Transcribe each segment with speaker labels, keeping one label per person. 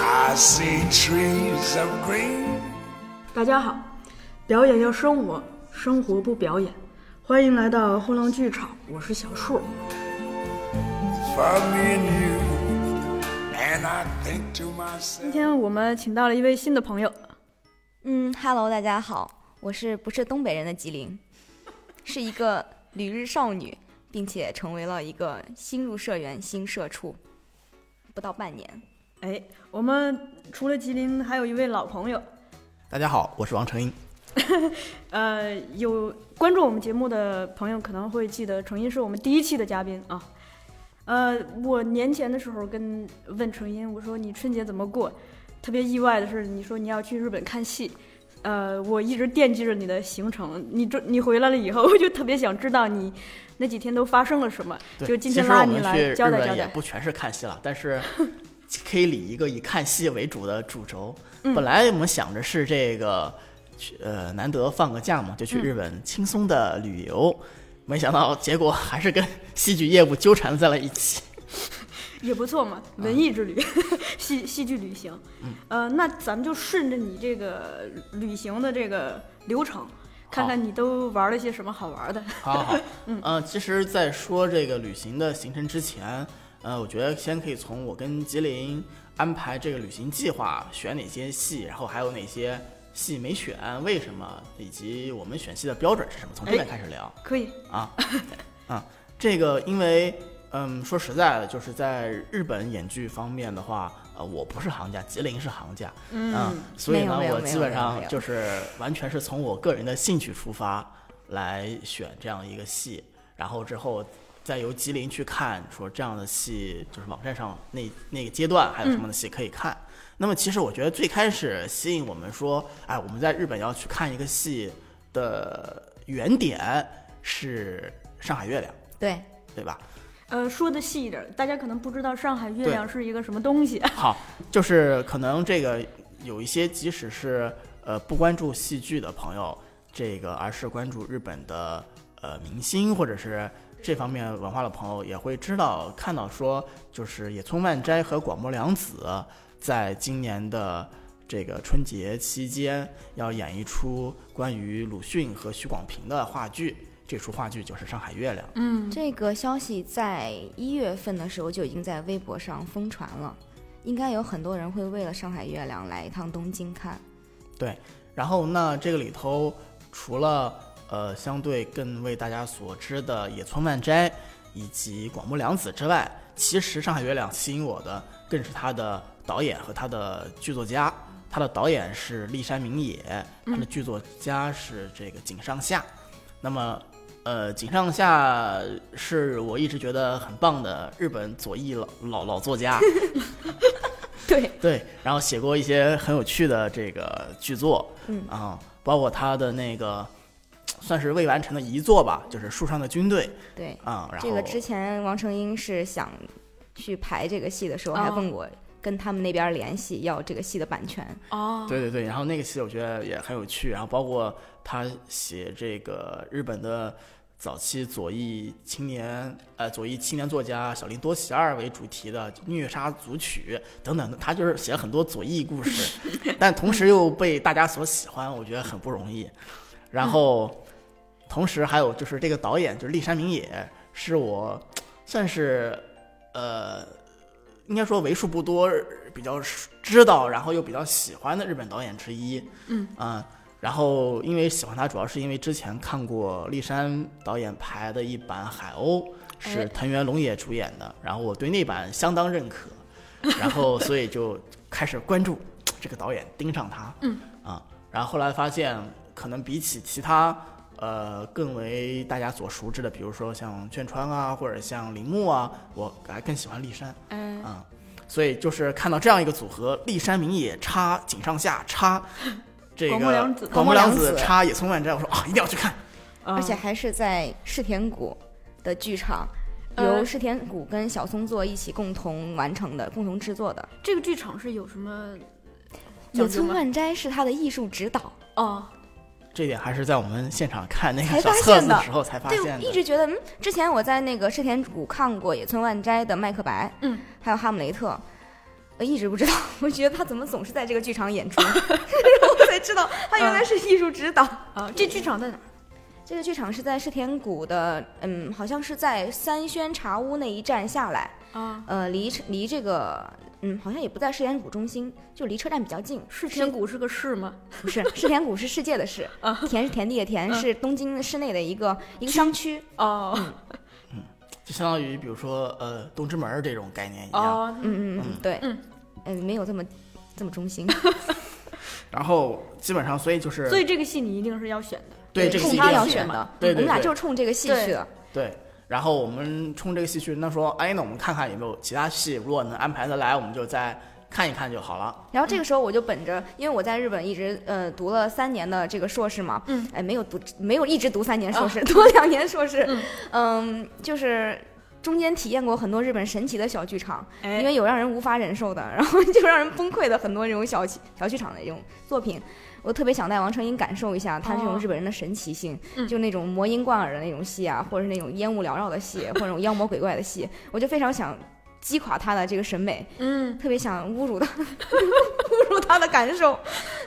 Speaker 1: I see trees of green.
Speaker 2: 大家好，表演要生活，生活不表演。欢迎来到后浪剧场，我是小树。
Speaker 1: for me and you. And I think to
Speaker 2: 今
Speaker 1: myself,
Speaker 2: 天我们请到了一位新的朋友，
Speaker 3: 嗯哈喽，大家好，我是不是东北人的吉林， 是一个旅日少女，并且成为了一个新入社员、新社畜，不到半年。
Speaker 2: 哎，我们除了吉林，还有一位老朋友，
Speaker 4: 大家好，我是王成英。
Speaker 2: 呃，有关注我们节目的朋友可能会记得，程音是我们第一期的嘉宾啊。呃，我年前的时候跟问程音，我说你春节怎么过？特别意外的是，你说你要去日本看戏，呃，我一直惦记着你的行程。你这你回来了以后，我就特别想知道你那几天都发生了什么。就今天拉你来
Speaker 4: 其实
Speaker 2: 交
Speaker 4: 我们去
Speaker 2: 代
Speaker 4: 日
Speaker 2: 交
Speaker 4: 本也
Speaker 2: 代。
Speaker 4: 不全是看戏了，但是可以理一个以看戏为主的主轴。
Speaker 2: 嗯
Speaker 4: 本来我们想着是这个，去呃，难得放个假嘛，
Speaker 2: 嗯
Speaker 4: 就去日本轻松的旅游。没想到结果还是跟戏剧业务纠缠在了一起。
Speaker 2: 也不错嘛，文艺之旅， 戏戏剧旅行。呃，那咱们就顺着你这个旅行的这个流程，看看你都玩了些什么好玩的。
Speaker 4: 好好 好，嗯、其实，在说这个旅行的行程之前，呃，我觉得先可以从我跟吉林安排这个旅行计划，选哪些戏，然后还有哪些戏没选，为什么，以及我们选戏的标准是什么，从这边开始聊、
Speaker 2: 可以，
Speaker 4: 啊啊，这个因为。嗯，说实在的，就是在日本演剧方面的话，呃，我不是行家，吉林是行家，嗯，所以呢，
Speaker 3: 没有没有
Speaker 4: 我
Speaker 3: 没有
Speaker 4: 基本
Speaker 3: 没有没
Speaker 4: 上
Speaker 3: 有
Speaker 4: 就是完全是从我个人的兴趣出发来选这样一个戏，然后之后再由吉林去看，说这样的戏就是网站上那那个阶段还有什
Speaker 3: 嗯
Speaker 4: 么样的戏可以看。那么其实我觉得最开始吸引我们说，哎，我们在日本要去看一个戏的原点是《上海月亮》，
Speaker 3: 对，
Speaker 4: 对吧？
Speaker 2: 呃，说的细一点，大家可能不知道上海月
Speaker 4: 对
Speaker 2: 亮是一个什么东 西。
Speaker 4: 好，就是可能这个有一些，即使是呃不关注戏剧的朋友，这个而是关注日本的呃明星或者是这方面文化的朋友，也会知道看到说，就是野村万斋和广末凉子在今年的。这个春节期间要演一出关于鲁迅和许广平的话剧，这出话剧就是《上海月亮》。
Speaker 2: 嗯，
Speaker 3: 这个消息在一月份的时候就已经在微博上疯传了，应该有很多人会为了《上海月亮》来一趟东京看。
Speaker 4: 然后那这个里头除了呃相对更为大家所知的野村万斋以及广木凉子之外，其实《上海月亮》吸引我的更是他的导演和他的剧作家。他的导演是立山明野，他的剧作家是这个井上夏。那么，呃，井上夏是我一直觉得很棒的日本左翼老老老作家。
Speaker 3: 对，
Speaker 4: 对，然后写过一些很有趣的这个剧作，
Speaker 3: 嗯
Speaker 4: 啊，包括他的那个算是未完成的遗作吧，就是《树上的军队
Speaker 3: 对，》
Speaker 4: 啊，然后
Speaker 3: 这个之前王成英是想去排这个戏的时候，还
Speaker 2: 哦
Speaker 3: 问我跟他们那边联系要这个戏的版权。
Speaker 2: 哦，
Speaker 4: 对对对，然后那个戏我觉得也很有趣，然后包括他写这个日本的早期左翼青年，呃，左翼青年作家小林多喜二为主题的《虐杀组曲》等等的，他就是写了很多左翼故事，但同时又被大家所喜欢，我觉得很不容易。然后，同时还有就是这个导演就是立山明野，是我算是呃应该说为数不多比较知道，然后又比较喜欢的日本导演之一。嗯啊、然后因为喜欢他，主要是因为之前看过立山导演拍的一版《海鸥》，
Speaker 2: 哎
Speaker 4: 是藤原龙也主演的，然后我对那版相当认 可，然后所以就开始关注这个导演，盯上他。嗯啊，然后后来发现，可能比起其他。呃，更为大家所熟知的，比如说像卷川啊，或者像铃木啊，我还更喜欢立山。
Speaker 2: 嗯，
Speaker 4: 啊、所以就是看到这样一个组合，立山明野插井上夏插这个
Speaker 2: 广木凉子
Speaker 4: 广木凉
Speaker 3: 广木
Speaker 4: 子
Speaker 3: 凉子
Speaker 4: 插野村万斋，我说啊，一定要去看。
Speaker 2: 而
Speaker 3: 而且还是在世田谷的剧场，
Speaker 2: 呃
Speaker 3: 由世田谷跟小松作一起共同完成的、共同制作的。
Speaker 2: 这个剧场是有什么讲
Speaker 3: 野
Speaker 2: 究
Speaker 3: 村
Speaker 2: 吗？
Speaker 3: 万斋是他的艺术指导，
Speaker 2: 哦，
Speaker 4: 这点还是在我们现场看那
Speaker 3: 才
Speaker 4: 个小
Speaker 3: 发
Speaker 4: 册
Speaker 3: 现
Speaker 4: 子
Speaker 3: 的
Speaker 4: 的时候才发
Speaker 3: 对，
Speaker 4: 现
Speaker 3: 我
Speaker 4: 的。
Speaker 3: 一直觉得，嗯，之前我在那个世田谷看过野村万斋的《麦克白》，
Speaker 2: 嗯，
Speaker 3: 还有《哈姆雷特》，我一直不知道，我觉得他怎么总是在这个剧场演 出，然后我才知道他原来是艺术指导。
Speaker 2: 啊，这剧场在哪儿？
Speaker 3: 这个剧场是在世田谷的，嗯，好像是在三轩茶屋那一站下来，
Speaker 2: 啊，
Speaker 3: 呃，离离这个，嗯，好像也不在世田谷中心，就离车站比较近。
Speaker 2: 世田谷啊是个市吗？
Speaker 3: 不是世田谷是世界的 市，田是田地的
Speaker 2: 嗯
Speaker 3: 田，是东京市内的一个一个商区。
Speaker 2: 哦
Speaker 4: 就相当于比如说呃东直门儿这种概念一样。
Speaker 2: 哦，
Speaker 3: 嗯嗯嗯，对，
Speaker 2: 嗯
Speaker 3: 嗯、没有这么这么中心。
Speaker 4: 然后基本上，所以就是
Speaker 2: 所以这个戏你一定是要选的。
Speaker 4: 对这个
Speaker 3: 冲
Speaker 4: 戏
Speaker 3: 他
Speaker 4: 剧
Speaker 3: 要
Speaker 4: 嘛
Speaker 3: 选的，嗯
Speaker 4: 对
Speaker 3: 我
Speaker 4: 对
Speaker 3: 们俩
Speaker 4: 对
Speaker 3: 就是冲这个戏
Speaker 2: 对
Speaker 3: 去的。
Speaker 4: 对。然后我们冲这个戏去，那说哎，那我们看看有没有其他戏，如果能安排得来，我们就再看一看就好了。
Speaker 3: 然后这个时候我就本着，因为我在日本一直呃读了三年的这个硕士嘛，
Speaker 2: 嗯，
Speaker 3: 哎，没有读，没有一直读三年硕
Speaker 2: 啊
Speaker 3: 士，读了两年硕士，
Speaker 2: 嗯
Speaker 3: 嗯就是中间体验过很多日本神奇的小剧场，因
Speaker 2: 哎，
Speaker 3: 为有让人无法忍受的，然后就让人崩溃的很多这种小剧小剧场的这种作品，我特别想带王成英感受一下他这种
Speaker 2: 哦
Speaker 3: 日本人的神奇性，
Speaker 2: 嗯
Speaker 3: 就那种魔音贯耳的那种戏啊，或者是那种烟雾缭绕的戏，或者那种妖魔鬼怪的戏，我就非常想击垮他的这个审美，
Speaker 2: 嗯，
Speaker 3: 特别想侮辱他， 侮辱他的感受，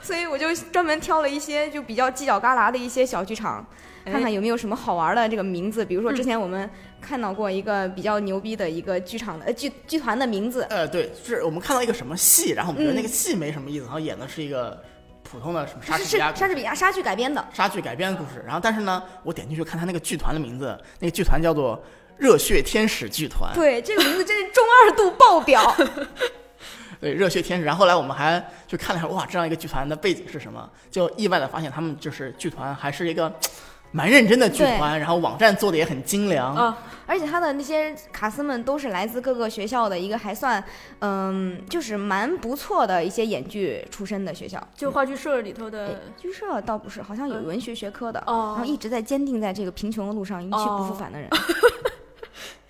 Speaker 3: 所以我就专门挑了一些就比较犄角旮旯的一些小剧场，
Speaker 2: 哎
Speaker 3: 看看有没有什么好玩的这个名字。比如说
Speaker 2: 嗯
Speaker 3: 之前我们看到过一个比较牛逼的一个剧场的呃剧剧团的名字，
Speaker 4: 呃，对，是我们看到一个什么戏，然后我们觉得那个戏没什么意思，然后演的是一个普通的什么莎
Speaker 3: 嗯是
Speaker 4: 士
Speaker 3: 是
Speaker 4: 比亚
Speaker 3: 莎士比亚莎剧改编的，
Speaker 4: 莎剧改编的故事。然后但是呢，我点进去看他那个剧团的名字，那个剧团叫做热血天使剧团。
Speaker 3: 对这个名字真是中二度爆表。
Speaker 4: 对，热血天使。然后后来我们还去看了一下，哇，这样一个剧团的背景是什么？就意外的发现，他们就是剧团还是一个蛮认真的剧
Speaker 3: 对嗯
Speaker 4: 团，然后网站做的也很精良。
Speaker 2: 啊，
Speaker 3: 而且他的那些卡司们都是来自各个学校的一个还算，嗯，就是蛮不错的一些演剧出身的学校。
Speaker 2: 就话剧社里头
Speaker 3: 哎
Speaker 2: 的，
Speaker 3: 剧社倒不是，好像有文学学科的，
Speaker 2: 哦
Speaker 3: 然后一直在坚定在这个贫穷的路上一去不复
Speaker 2: 哦
Speaker 3: 返的人。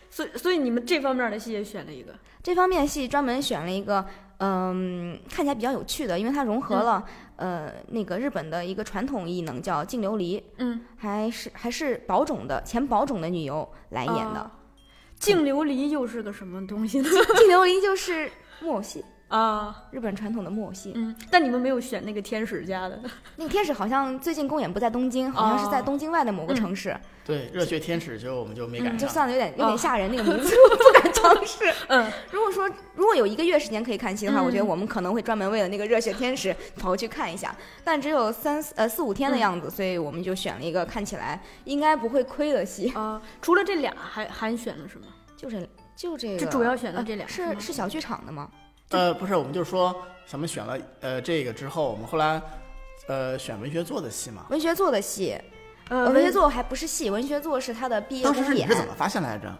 Speaker 2: 所以所以你们这方面的戏也选了一个。
Speaker 3: 这方面戏专门选了一个，嗯，看起来比较有趣的，因为它融合了、呃那个日本的一个传统艺能叫净琉璃，
Speaker 2: 嗯，
Speaker 3: 还是还是宝冢的前宝冢的女优来演的。
Speaker 2: 啊。净琉璃又是个什么东西呢？
Speaker 3: 净琉璃就是木偶戏，
Speaker 2: 啊，
Speaker 3: 日本传统的木偶戏。
Speaker 2: 嗯，但你们没有选那个天使家的。
Speaker 3: 那个天使好像最近公演不在东京，好像是在
Speaker 2: 哦
Speaker 3: 东京外的某个城市，
Speaker 4: 对，热血天使就我们就没赶
Speaker 3: 嗯就
Speaker 4: 上。
Speaker 3: 算的有点有点
Speaker 2: 哦
Speaker 3: 吓人，那个 名字我不敢尝试。
Speaker 2: 嗯，
Speaker 3: 如果说如果有一个月时间可以看戏的话，
Speaker 2: 嗯
Speaker 3: 我觉得我们可能会专门为了那个热血天使跑去看一下，但只有三四呃四五天
Speaker 2: 嗯
Speaker 3: 的样子，所以我们就选了一个看起来应该不会亏的戏，
Speaker 2: 啊，除了这俩，还还选了什么？
Speaker 3: 就是就这个，
Speaker 2: 就主要选的这俩
Speaker 3: 呃
Speaker 2: 是吗
Speaker 3: 是是小剧场的吗？
Speaker 4: 呃，不是，我们就说咱们选了呃这个之后，我们后来呃选文学做的戏嘛。
Speaker 3: 文学作的戏，
Speaker 2: 呃
Speaker 3: 呃文学作还不是戏，文学作是他的毕业
Speaker 4: 当时是
Speaker 3: 公
Speaker 4: 你
Speaker 3: 演
Speaker 4: 是。怎么发现来着？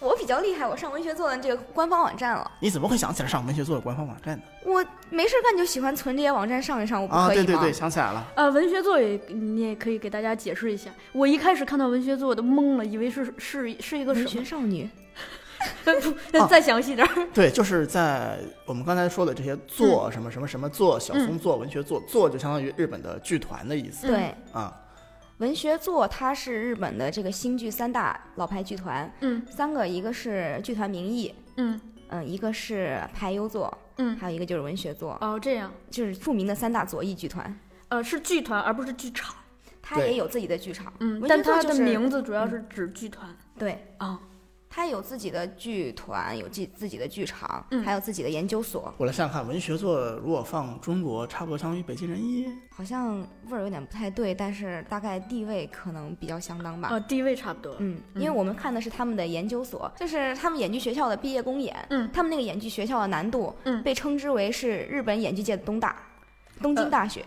Speaker 3: 我比较厉害，我上文学作的这个官方网站了，
Speaker 4: 你怎么会想起来上文学做的官方网站呢？
Speaker 3: 我没事干就喜欢存这些网站上一上，我不
Speaker 4: 啊，
Speaker 3: 可以吗？
Speaker 4: 对对对，想起来了，
Speaker 2: 呃，文学作也你也可以给大家解释一下。我一开始看到文学作我都懵了，以为是是是一个
Speaker 3: 文
Speaker 2: 什
Speaker 3: 学
Speaker 2: 么。
Speaker 3: 少女，
Speaker 2: 那再详细点儿。
Speaker 4: 对，就是在我们刚才说的这些做
Speaker 3: 嗯
Speaker 4: 什么什么什么做小松做文学做做，就相当于日本的剧团的意思
Speaker 3: 对。
Speaker 2: 嗯
Speaker 4: 啊。
Speaker 3: 文学作它是日本的这个新剧三大老牌剧团，
Speaker 2: 嗯
Speaker 3: 三个，一个是剧团名义，
Speaker 2: 嗯
Speaker 3: 嗯，一个是排优作，
Speaker 2: 嗯。
Speaker 3: 还有一个就是文学作，
Speaker 2: 哦，这样。
Speaker 3: 就是著名的三大左翼剧团，
Speaker 2: 呃，是剧团而不是剧场。
Speaker 3: 它
Speaker 4: 对
Speaker 3: 也有自己的剧场，
Speaker 2: 嗯，
Speaker 3: 文
Speaker 2: 但
Speaker 3: 学作
Speaker 2: 它
Speaker 3: 就
Speaker 2: 的
Speaker 3: 是
Speaker 2: 名字主要是嗯指剧团。
Speaker 3: 对，
Speaker 2: 啊，
Speaker 3: 它有自己的剧团，有自自己的剧场，
Speaker 2: 嗯
Speaker 3: 还有自己的研究所，
Speaker 4: 我来想想看，文学做如果放中国，差不多相当于北京人艺。
Speaker 3: 好像味儿有点不太对，但是大概地位可能比较相当吧。
Speaker 2: 呃，地位差不多。
Speaker 3: 嗯，因为我们看的是他们的研究所，就是他们演剧学校的毕业公演。
Speaker 2: 嗯
Speaker 3: 他们那个演剧学校的难度，
Speaker 2: 嗯
Speaker 3: 被称之为是日本演剧界的东大，东京大学，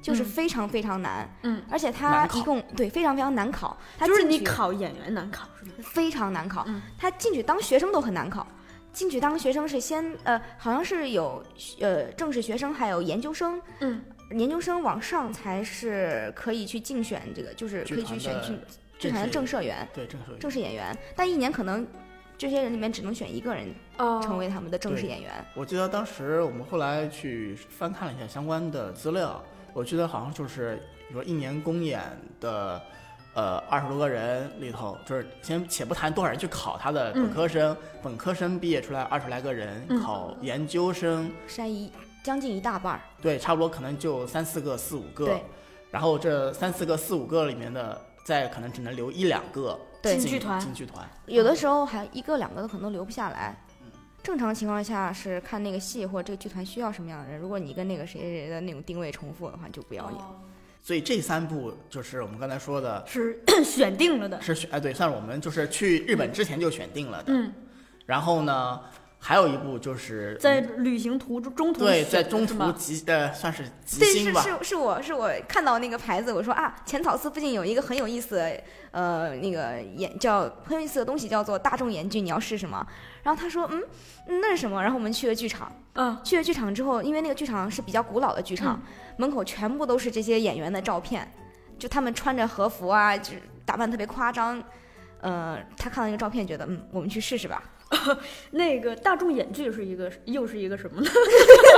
Speaker 3: 就是非常非常难。
Speaker 2: 呃嗯，
Speaker 3: 而且它
Speaker 4: 难考
Speaker 3: 一共对非常非常难考，它
Speaker 2: 就是
Speaker 3: 进
Speaker 2: 你
Speaker 3: 去
Speaker 2: 考演员难考是吗？
Speaker 3: 非常难考
Speaker 2: 嗯，
Speaker 3: 他进去当学生都很难考。进去当学生是先呃，好像是有呃正式学生，还有研究生，
Speaker 2: 嗯，
Speaker 3: 研究生往上才是可以去竞选这个，就是可
Speaker 4: 剧
Speaker 3: 以去
Speaker 4: 团
Speaker 3: 选
Speaker 4: 的
Speaker 3: 剧剧团的正社员。
Speaker 4: 对正社员
Speaker 3: 正式演员，但一年可能这些人里面只能选一个人
Speaker 2: 哦，
Speaker 3: 成为他们的正式
Speaker 4: 对
Speaker 3: 演员。
Speaker 4: 我记得当时我们后来去翻看了一下相关的资料，我记得好像就是比如说一年公演的呃二十多个人里头，就是先且不谈多少人去考他的本科生，本科生毕业出来二十来个人、考研究生，
Speaker 3: 筛一将近一大半儿，
Speaker 4: 对，差不多可能就三四个、四五个
Speaker 3: 对，
Speaker 4: 然后这三四个、四五个里面的，再可能只能留一两个
Speaker 3: 对
Speaker 2: 进剧团
Speaker 4: 进剧团，
Speaker 3: 有的时候还一个两个的可能留不下来。
Speaker 4: 嗯
Speaker 3: 正常情况下是看那个戏或者这个剧团需要什么样的人。如果你跟那个谁谁谁的那种定位重复的话，就不要你。
Speaker 4: 所以这三部就是我们刚才说的，
Speaker 2: 是 选定了的。
Speaker 4: 是选哎对，算是我们就是去日本之前就选定了的。
Speaker 2: 嗯，
Speaker 4: 然后呢，还有一部就是嗯
Speaker 2: 在旅行途中中途
Speaker 4: 对
Speaker 2: 选
Speaker 4: 在
Speaker 2: 的
Speaker 4: 中
Speaker 2: 是
Speaker 4: 途
Speaker 2: 吗
Speaker 4: 急呃算是急
Speaker 3: 对，
Speaker 4: 星
Speaker 3: 是
Speaker 4: 吧，
Speaker 3: 是是我是我看到那个牌子，我说啊，浅草寺附近有一个很有意思，呃，那个演叫很有意思的东西叫做大众演剧，你要试试吗？然后他说，嗯，嗯那是什么？然后我们去了剧场，
Speaker 2: 嗯
Speaker 3: 去了剧场之后，因为那个剧场是比较古老的剧场，门口全部都是这些演员的照片，就他们穿着和服啊，就是打扮特别夸张。呃，他看到那个照片，觉得嗯，我们去试试吧。
Speaker 2: 那个大众演剧是一个又是一个什么呢？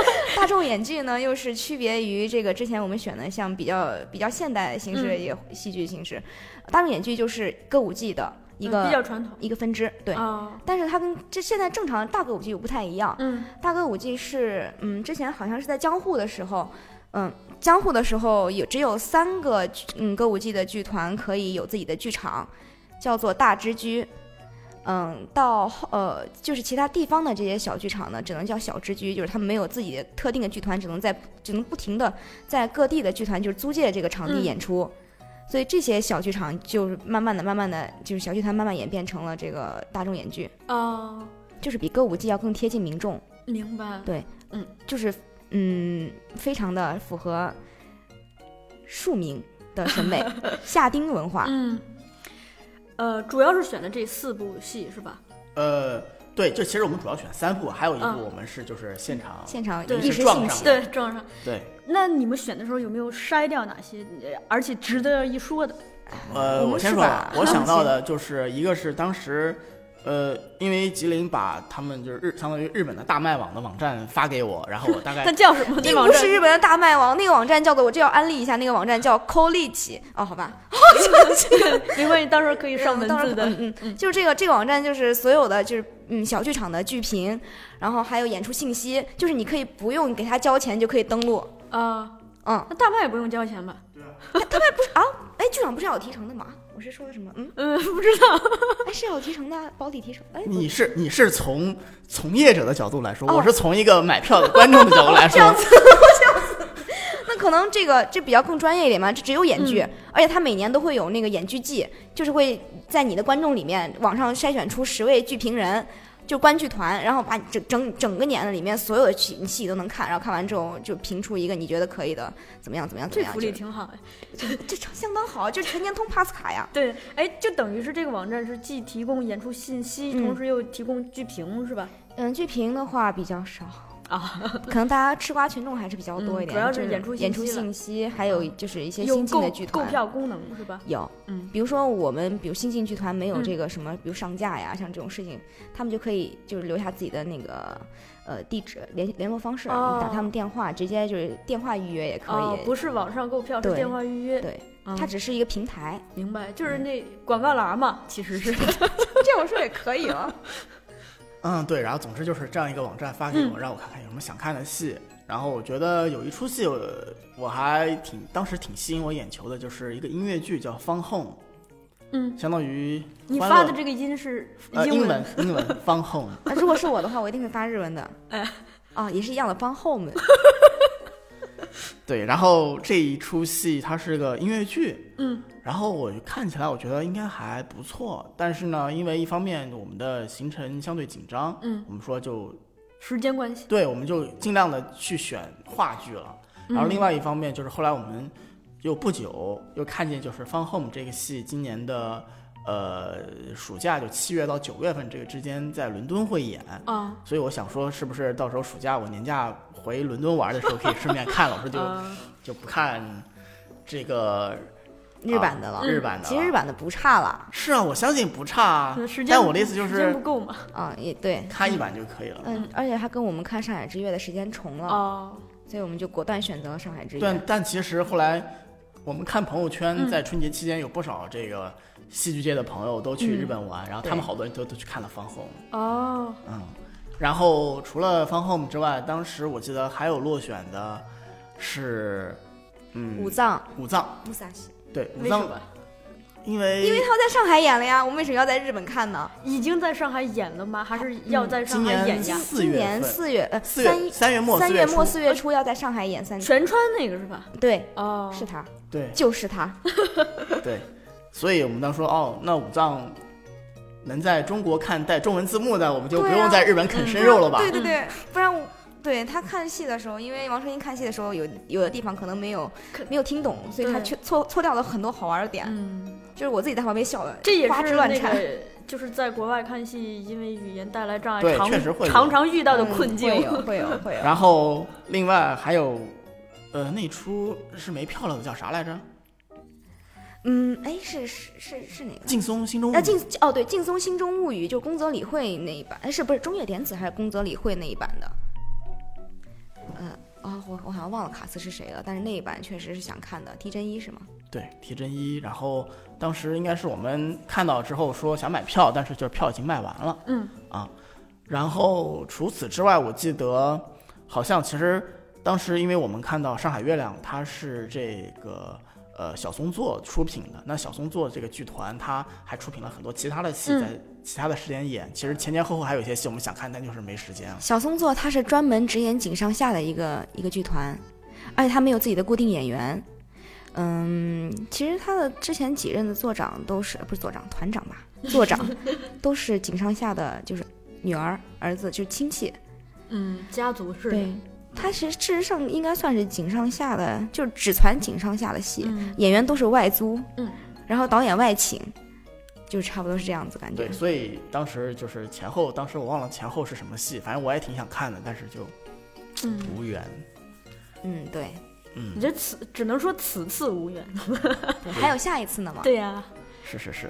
Speaker 3: 大众演剧呢，又是区别于这个之前我们选的像比较比较现代形式的
Speaker 2: 嗯
Speaker 3: 也戏剧形式，大众演剧就是歌舞伎的一 个、
Speaker 2: 嗯比较传统
Speaker 3: 一个分支，对。
Speaker 2: 啊，
Speaker 3: 但是它跟这现在正常的大歌舞伎又不太一样，
Speaker 2: 嗯
Speaker 3: 大歌舞伎是，嗯，之前好像是在江户的时候，嗯，江户的时候有只有三个剧嗯歌舞伎的剧团可以有自己的剧场，叫做大之居。嗯，到后呃，就是其他地方的这些小剧场呢，只能叫小之居，就是他们没有自己的特定的剧团，只能在只能不停的在各地的剧团就是租借这个场地
Speaker 2: 嗯
Speaker 3: 演出，所以这些小剧场就是慢慢的、慢慢的，就是小剧团慢慢演变成了这个大众演剧，
Speaker 2: 啊，
Speaker 3: 就是比歌舞伎要更贴近民众。
Speaker 2: 明白。
Speaker 3: 就是嗯，非常的符合庶民的 审美，夏丁文化。
Speaker 2: 嗯，呃，主要是选的这四部戏是吧？
Speaker 4: 呃对，这其实我们主要选三部，还有一部
Speaker 2: 嗯
Speaker 4: 我们是就是现场、
Speaker 3: 现场
Speaker 2: 对
Speaker 3: 一时
Speaker 4: 啊是撞
Speaker 3: 兴
Speaker 4: 上
Speaker 3: 起，
Speaker 4: 了
Speaker 2: 对，撞上。
Speaker 4: 对
Speaker 2: 那你们选的时候有没有筛掉哪些，呃而且值得一说的？
Speaker 4: 呃，
Speaker 3: 嗯我们
Speaker 4: 我先
Speaker 3: 是
Speaker 4: 说
Speaker 3: 把
Speaker 4: 吧，我
Speaker 3: 他
Speaker 4: 想
Speaker 3: 们
Speaker 4: 到
Speaker 3: 先
Speaker 4: 的就是一个是当时，呃，因为吉林把他们就是日相当于日本的大麦网的网站发给我，然后我大概
Speaker 2: 那叫什么？那
Speaker 3: 并
Speaker 2: 网
Speaker 3: 不
Speaker 2: 站
Speaker 3: 是日本的大麦网，那个网站叫做我这要安利一下，那个网站叫 c o l i c h 哦，好吧，
Speaker 2: 没关系，到时候可以上文字
Speaker 3: 嗯
Speaker 2: 的。
Speaker 3: 嗯嗯，就是这个这个网站就是所有的就是嗯小剧场的剧评，然后还有演出信息，就是你可以不用给他交钱就可以登录。
Speaker 2: 啊，
Speaker 3: 嗯，
Speaker 2: 那大麦也不用交钱吧？
Speaker 3: 哎，剧场不是要有提成的吗？我是说的什么？嗯，
Speaker 2: 嗯，不知道。
Speaker 3: 哎，是要有提成的，保底提成。哎，
Speaker 4: 你是你是从从业者的角度来说，
Speaker 3: 哦
Speaker 4: 我是从一个买票的观众的角度 来说，
Speaker 3: 那可能这个这比较更专业一点嘛，这只有演剧，
Speaker 2: 嗯
Speaker 3: 而且它每年都会有那个演剧季，就是会在你的观众里面网上筛选出十位剧评人，就观剧团，然后把你整整整个年的里面所有的戏你戏都能看，然后看完之后就评出一个你觉得可以的，怎么样怎么样怎
Speaker 2: 这
Speaker 3: 么样，
Speaker 2: 福利挺好哎。
Speaker 3: 就是这这相当好，就是全年通 pass 卡呀。
Speaker 2: 对，哎，就等于是这个网站是既提供演出信息，
Speaker 3: 嗯
Speaker 2: 同时又提供剧评，是吧？
Speaker 3: 嗯，剧评的话比较少。
Speaker 2: 啊，
Speaker 3: 可能大家吃瓜群众还是比较多一
Speaker 2: 嗯
Speaker 3: 点，
Speaker 2: 主要是
Speaker 3: 就是
Speaker 2: 演出信息
Speaker 3: 演出
Speaker 2: 了
Speaker 3: 信息，还有就是一些
Speaker 2: 有
Speaker 3: 新进
Speaker 2: 购
Speaker 3: 的剧
Speaker 2: 购
Speaker 3: 团，
Speaker 2: 票功能是吧？
Speaker 3: 有，
Speaker 2: 嗯，
Speaker 3: 比如说我们，比如新进剧团没有
Speaker 2: 嗯
Speaker 3: 这个什么，比如上架呀，像这种事情，他们就可以就是留下自己的那个呃地址联联络方式，
Speaker 2: 哦
Speaker 3: 你打他们电话，直接就是电话预约也可以。
Speaker 2: 哦，不是网上购票，是
Speaker 3: 对
Speaker 2: 电话预约。
Speaker 3: 对，
Speaker 2: 嗯，
Speaker 3: 它只是一个平台，
Speaker 2: 明白，就是那广告栏嘛，其实是。
Speaker 3: 这么说也可以哦了。
Speaker 4: 嗯，对，然后总之就是这样一个网站发给
Speaker 2: 嗯
Speaker 4: 我，让我看看有什么想看的戏。然后我觉得有一出戏我，我还挺当时挺吸引我眼球的，就是一个音乐剧叫《Fun Home》，
Speaker 2: 嗯，
Speaker 4: 相当于
Speaker 2: 你
Speaker 4: 欢
Speaker 2: 发
Speaker 4: 乐
Speaker 2: 的这个音是
Speaker 4: 呃英
Speaker 2: 英
Speaker 4: 文英文 Fun Home，
Speaker 3: 那如果是我的话，我一定会发日 文的。
Speaker 2: 哎
Speaker 3: 啊，也是一样的，帮后们。
Speaker 4: 对。然后这一出戏它是个音乐剧，
Speaker 2: 嗯，
Speaker 4: 然后我看起来我觉得应该还不错，但是呢，因为一方面我们的行程相对紧张，
Speaker 2: 嗯，
Speaker 4: 我们说就
Speaker 2: 时间关系。
Speaker 4: 对，我们就尽量的去选话剧了。
Speaker 2: 嗯
Speaker 4: 然后另外一方面就是后来我们又不久又看见就是《Fun Home》这个戏今年的呃暑假就七月到九月份这个之间在伦敦会演，
Speaker 2: 啊，
Speaker 4: 所以我想说是不是到时候暑假我年假回伦敦玩的时候可以顺便看了，我说就
Speaker 2: 呃，
Speaker 4: 就不看这个
Speaker 3: 日版的了，
Speaker 4: 啊日版的
Speaker 3: 其实日
Speaker 4: 了。
Speaker 3: 版的不差了
Speaker 4: 是啊，我相信不差啊
Speaker 2: 可能时。间
Speaker 4: 但我的意思就
Speaker 2: 时间
Speaker 4: 是
Speaker 2: 不够嘛。
Speaker 3: 啊，也对。
Speaker 4: 看一版就可以了。
Speaker 3: 嗯，而且它跟我们看《上海
Speaker 4: 啊
Speaker 3: 之月》的时间重了，
Speaker 2: 哦，
Speaker 3: 所以我们就果断选择了《上海之月》。
Speaker 4: 但但其实后来我们看朋友
Speaker 3: 嗯
Speaker 4: 圈，在春节期间有不少这个戏剧界的朋友都
Speaker 3: 嗯
Speaker 4: 去日本玩，然后他们好多人都都去看了方 home。
Speaker 2: 哦，
Speaker 4: 嗯，然后除了 Fun Home 之外，当时我记得还有落选的是，嗯，
Speaker 3: 武藏、
Speaker 4: 武藏，
Speaker 3: 木萨西，
Speaker 4: 对武
Speaker 2: 为什
Speaker 4: 藏
Speaker 2: 么，
Speaker 4: 因为
Speaker 3: 因为他们在上海演了呀，我们为什么要在日本看呢？
Speaker 2: 已经在上海演了吗？还是要在上
Speaker 4: 嗯今
Speaker 2: 海
Speaker 4: 年
Speaker 2: 演呀？
Speaker 4: 四
Speaker 3: 今
Speaker 4: 月
Speaker 3: 年
Speaker 4: 份
Speaker 3: 四月呃
Speaker 4: 四
Speaker 3: 三
Speaker 4: 月三月末
Speaker 3: 三月末
Speaker 4: 初
Speaker 3: 四月初要在上海演三，
Speaker 2: 全川那个是吧？
Speaker 3: 对，
Speaker 2: 哦，
Speaker 3: 是他，
Speaker 4: 对
Speaker 3: 就是他，
Speaker 4: 对，所以我们当时说哦，那武藏能在中国看带中文字幕的，我们就不
Speaker 3: 对啊
Speaker 4: 用在日本啃生肉了吧？
Speaker 3: 对对对，不然我。对他看戏的时候，因为王春英看戏的时候有有的地方可能没有
Speaker 2: 可
Speaker 3: 没有听懂，所以他
Speaker 2: 对
Speaker 3: 却错错掉了很多好玩的点，
Speaker 2: 嗯，
Speaker 3: 就是我自己在旁边笑的，
Speaker 2: 这也
Speaker 3: 花枝
Speaker 2: 是
Speaker 3: 乱
Speaker 2: 那
Speaker 3: 颤。
Speaker 2: 个就是在国外看戏，因为语言带来障碍，
Speaker 4: 对
Speaker 2: 常
Speaker 4: 确实会有
Speaker 2: 常常遇到的
Speaker 3: 嗯
Speaker 2: 困境。
Speaker 3: 会有 会有会有。
Speaker 4: 然后另外还有，呃，那出是没票了的叫啥来着？
Speaker 3: 嗯，哎，是是是是哪个？
Speaker 4: 劲松心中
Speaker 3: 啊，
Speaker 4: 物
Speaker 3: 静哦，对，《劲松心中物语》就宫泽理惠那一版，哎，是不是中野典子还是宫泽理惠那一版的？呃，哦，我我好像忘了卡斯是谁了，但是那一版确实是想看的。提真一是吗？
Speaker 4: 对，提真一。然后当时应该是我们看到之后说想买票，但是就是票已经卖完了。
Speaker 2: 嗯
Speaker 4: 啊，然后除此之外，我记得好像其实当时因为我们看到《上海月亮》，它是这个。呃，小松作出品的那小松作这个剧团，它还出品了很多其他的戏，
Speaker 2: 嗯
Speaker 4: 在其他的时间演。其实前前后后还有一些戏我们想看，但就是没时间了。
Speaker 3: 小松作他是专门只演井上下的一个一个剧团，而且他没有自己的固定演员。嗯，其实他的之前几任的座长都是不是座长团长吧，座长都是井上下的，就是女儿、儿子，就是亲戚。
Speaker 2: 嗯，家族是
Speaker 3: 对，他其实事实上应该算是井上下的，就是只传井上下的戏，
Speaker 2: 嗯
Speaker 3: 演员都是外租，
Speaker 2: 嗯，
Speaker 3: 然后导演外请，就差不多是这样子感觉
Speaker 4: 对，。所以当时就是前后，当时我忘了前后是什么戏，反正我也挺想看的，但是就
Speaker 2: 嗯，
Speaker 4: 无缘。
Speaker 3: 嗯，对，
Speaker 2: 你这此只能说此次无缘。
Speaker 3: 对还有下一次呢嘛？
Speaker 2: 对呀、
Speaker 4: 是是是，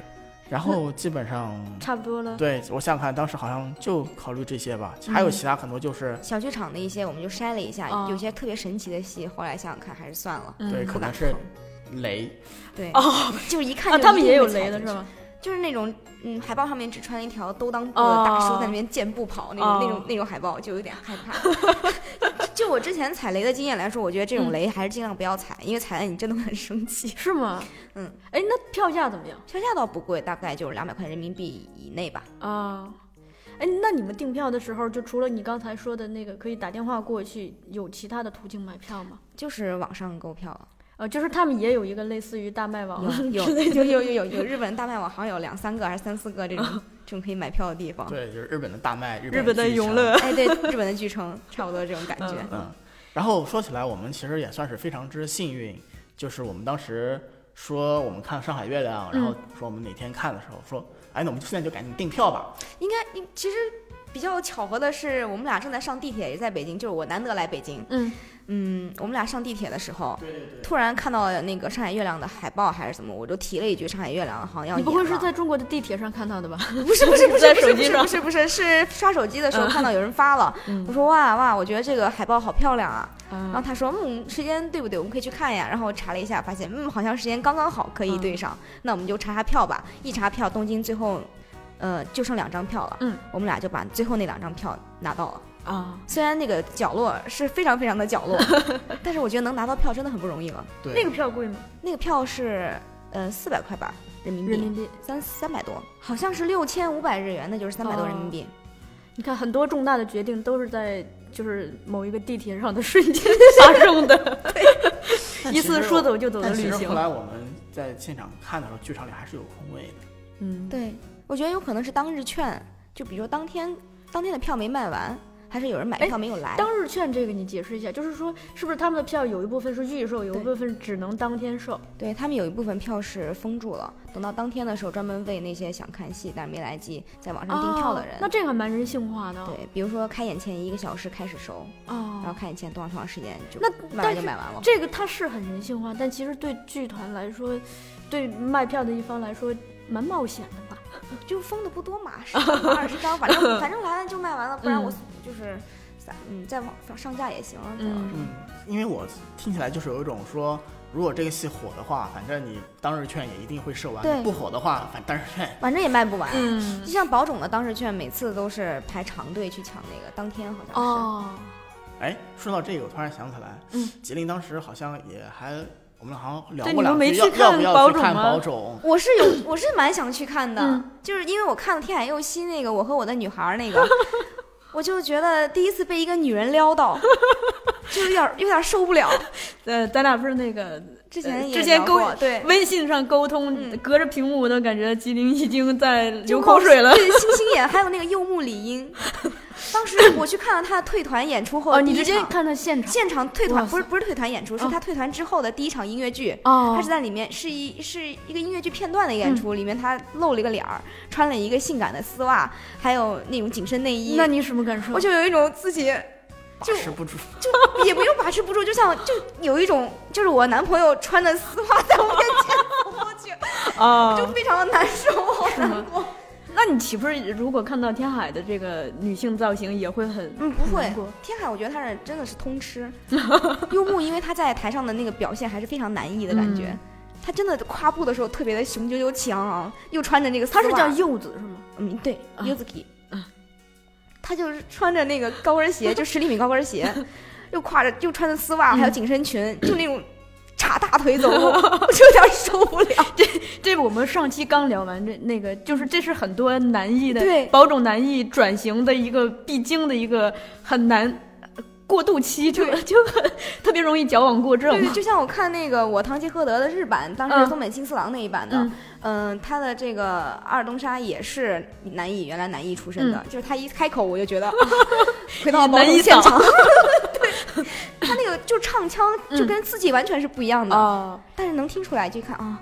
Speaker 4: 然后基本上，
Speaker 2: 差不多了。
Speaker 4: 对我想想看，当时好像就考虑这些吧，还有其他很多就是，
Speaker 3: 小剧场的一些我们就筛了一下，
Speaker 2: 哦
Speaker 3: 有些特别神奇的戏，后来想想看还是算了。
Speaker 2: 嗯
Speaker 4: 对，
Speaker 3: 不
Speaker 4: 可能
Speaker 3: 敢
Speaker 4: 是
Speaker 3: 碰
Speaker 4: 雷，
Speaker 3: 对，
Speaker 2: 哦
Speaker 3: 就是一看
Speaker 2: 啊，
Speaker 3: 就
Speaker 2: 他们
Speaker 3: 一定
Speaker 2: 也有
Speaker 3: 会踩
Speaker 2: 雷的是
Speaker 3: 进去？
Speaker 2: 吗？
Speaker 3: 就是那种嗯，海报上面只穿一条兜裆布的大叔
Speaker 2: 哦
Speaker 3: 在那边健步跑那种、那种
Speaker 2: 哦
Speaker 3: 那种海报，就有点害怕。 就我之前踩雷的经验来说，我觉得这种雷还是尽量不要踩，因为踩了你真的会很生气。
Speaker 2: 是吗？
Speaker 3: 嗯，
Speaker 2: 哎，那票价怎么样
Speaker 3: 票价倒不贵，大概就是两百块人民币以内吧。
Speaker 2: 啊？哎，那你们订票的时候，就除了你刚才说的那个可以打电话过去，有其他的途径买票吗？
Speaker 3: 就是网上购票，
Speaker 2: 呃，就是他们也有一个类似于大麦网
Speaker 3: 有 有有有有有有日本大麦网好像有两三个还是三四个这 种这种可以买票的地方。
Speaker 4: 对，就是日本的大麦，日
Speaker 2: 日
Speaker 4: 本
Speaker 2: 本的
Speaker 4: 巨
Speaker 2: 永
Speaker 4: 城
Speaker 2: 乐，
Speaker 3: 哎，对，日本的巨城差不多这种感觉。
Speaker 4: 嗯。然后说起来，我们其实也算是非常之幸运，就是我们当时说我们看《上海月亮》，然后说我们哪天看的时候说，哎，那我们就现在就赶紧订票吧。
Speaker 3: 应该应其实比较巧合的是，我们俩正在上地铁，也在北京，就是我难得来北京。
Speaker 2: 嗯
Speaker 3: 嗯，我们俩上地铁的时候，
Speaker 4: 对对对。
Speaker 3: 突然看到那个上海月亮的海报还是怎么，我就提了一句上海月亮好像要
Speaker 2: 你不会
Speaker 3: 演
Speaker 2: 是
Speaker 3: 了
Speaker 2: 在中国的地铁上看到的吧？
Speaker 3: 不是不是不是
Speaker 2: 在
Speaker 3: 不是
Speaker 2: 手
Speaker 3: 不
Speaker 2: 机
Speaker 3: 是
Speaker 2: 上嗯
Speaker 3: 不是不是是刷手机的时候看到有人发了，我说哇哇，我觉得这个海报好漂亮 啊。然后
Speaker 2: 啊，
Speaker 3: 他说嗯，时间对不对？我们可以去看呀。然后我查了一下，发现嗯，好像时间刚刚好可以对上，
Speaker 2: 嗯
Speaker 3: 那我们就查查票吧。一查票，东京最后。呃，就剩两张票了，
Speaker 2: 嗯，
Speaker 3: 我们俩就把最后那两张票拿到了。
Speaker 2: 啊，
Speaker 3: 虽然那个角落是非常非常的角 落，但是我觉得能拿到票真的很不容易了。
Speaker 4: 对
Speaker 2: 那个票贵吗？
Speaker 3: 那个票是呃四百块吧，人民
Speaker 2: 人
Speaker 3: 币，
Speaker 2: 民币。
Speaker 3: 三三百多，好像是六千五百日元，那就是三百
Speaker 2: 哦
Speaker 3: 多人民币。
Speaker 2: 你看，很多重大的决定都是在就是某一个地铁上的瞬间发生的，
Speaker 4: 但
Speaker 2: 一
Speaker 4: 其
Speaker 2: 次
Speaker 4: 实
Speaker 2: 说
Speaker 4: 我
Speaker 2: 走就走的
Speaker 4: 但其
Speaker 2: 旅
Speaker 4: 实
Speaker 2: 行
Speaker 4: 后。来我们在现场看的时候，剧场里还是有空位的。
Speaker 2: 嗯，
Speaker 3: 对，我觉得有可能是当日券，就比如说当天当天的票没卖完，还是有人买
Speaker 2: 哎
Speaker 3: 票没有来。
Speaker 2: 当日券这个你解释一下，就是说是不是他们的票有一部分是预售，有一
Speaker 3: 对
Speaker 2: 部分只能当天售？
Speaker 3: 对他们有一部分票是封住了，等到当天的时候专门为那些想看戏但没来及在网上订票的人。
Speaker 2: 哦那这个还蛮人性化的。
Speaker 3: 对，比如说开演前一个小时开始收，然后
Speaker 2: 哦，
Speaker 3: 开演前多长多长时间就
Speaker 2: 那
Speaker 3: 卖
Speaker 2: 但
Speaker 3: 完就是卖完了。
Speaker 2: 这个它是很人性化，但其实对剧团来说，对卖票的一方来说，蛮冒险的吧？
Speaker 3: 就封的不多嘛，十张吧二十张，反 正反正来了就卖完了，不然我
Speaker 2: 嗯
Speaker 3: 就是在嗯在网上上架也行，在
Speaker 2: 嗯
Speaker 3: 网上
Speaker 4: 嗯，因为我听起来就是有一种说，如果这个戏火的话，反正你当日券也一定会售完；
Speaker 3: 对
Speaker 4: 不火的话，反当日券
Speaker 3: 反正也卖不完。
Speaker 5: 嗯
Speaker 3: 就像宝冢的当时券，每次都是排长队去抢那个，当天好像是。
Speaker 5: 哦，
Speaker 4: 哎，说到这个，我突然想起来，
Speaker 5: 嗯，
Speaker 4: 吉林当时好像也还，我们好像聊
Speaker 2: 对
Speaker 4: 过
Speaker 2: 你
Speaker 4: 两
Speaker 2: 们没
Speaker 4: 句，
Speaker 2: 去
Speaker 4: 要
Speaker 2: 看
Speaker 4: 要不
Speaker 2: 宝
Speaker 4: 要去
Speaker 2: 冢
Speaker 4: 看
Speaker 2: 吗
Speaker 4: 宝冢？
Speaker 3: 我是有，我是蛮想去看的，
Speaker 2: 嗯
Speaker 3: 就是因为我看了天海佑希那个《我和我的女孩》那个，我就觉得第一次被一个女人撩到， 就有点儿有点儿受不了。
Speaker 2: 呃，咱俩不是那个
Speaker 3: 之前
Speaker 2: 呃
Speaker 3: 也
Speaker 2: 之前
Speaker 3: 聊
Speaker 2: 沟
Speaker 3: 过对，
Speaker 2: 微信上沟通，
Speaker 3: 嗯
Speaker 2: 隔着屏幕都感觉吉林已经在
Speaker 3: 就
Speaker 2: 流口水了。
Speaker 3: 对，星星眼还有那个柚木理 音，当时我去看了他的退团演出后
Speaker 2: 哦，
Speaker 3: 的第
Speaker 2: 你
Speaker 3: 一
Speaker 2: 直
Speaker 3: 场，
Speaker 2: 接看他现场
Speaker 3: 现场退
Speaker 2: 哇
Speaker 3: 团
Speaker 2: 塞
Speaker 3: 不是不是退团演出，是
Speaker 2: 哦
Speaker 3: 他退团之后的第一场音乐剧。
Speaker 5: 哦
Speaker 3: 他是在里面是一是一个音乐剧片段的
Speaker 2: 嗯
Speaker 3: 演出，里面他露了一个脸儿，穿了一个性感的丝袜，还有那种紧身内衣。
Speaker 2: 那你什么感受？
Speaker 3: 我就有一种自己
Speaker 4: 把
Speaker 3: 就
Speaker 4: 持啊不住，
Speaker 3: 就也不用把持不住，就像就有一种就是我男朋友穿的丝袜在我面前走过去，
Speaker 2: 啊
Speaker 3: 就非常的难受，我好
Speaker 2: 是
Speaker 3: 难
Speaker 2: 吗
Speaker 3: 过。
Speaker 2: 那你岂不是如果看到天海的这个女性造型，也会很
Speaker 3: 嗯，不会
Speaker 2: 难过。
Speaker 3: 天海，我觉得他是真的是 通吃。幽木，因为他在台上的那个表现还是非常难以的感觉。
Speaker 2: 嗯
Speaker 3: 他真的跨步的时候特别的雄赳赳气昂昂，又穿着那个丝
Speaker 2: 她
Speaker 3: 袜，
Speaker 2: 是叫柚子是吗？
Speaker 3: 嗯对
Speaker 2: 啊
Speaker 3: Yuzuki，
Speaker 2: 啊
Speaker 3: 他就是穿着那个高跟鞋，就十厘米高 跟鞋，又挎着又穿着丝袜，
Speaker 2: 嗯
Speaker 3: 还有紧身裙，就那种叉大腿走路，我就有点受不了。
Speaker 2: 这我们上期刚聊完这那个，就是这是很多男艺的
Speaker 3: 对
Speaker 2: 保种男艺转型的一个必经的一个很难呃过渡期，就 就很特别容易矫枉过正
Speaker 3: 对，。就像我看那个《我堂吉诃德》的日版，当时松本清四郎那一版的
Speaker 2: 嗯，
Speaker 3: 嗯、他的这个二东沙也是男艺，原来男艺出
Speaker 2: 嗯
Speaker 3: 身的，就是他一开口我就 觉得，啊回到某
Speaker 2: 男一
Speaker 3: 种现
Speaker 2: 党
Speaker 3: 场，对，他那个就唱腔就跟自己完全是不一样的，
Speaker 2: 嗯哦，
Speaker 3: 但是能听出来，就一看啊。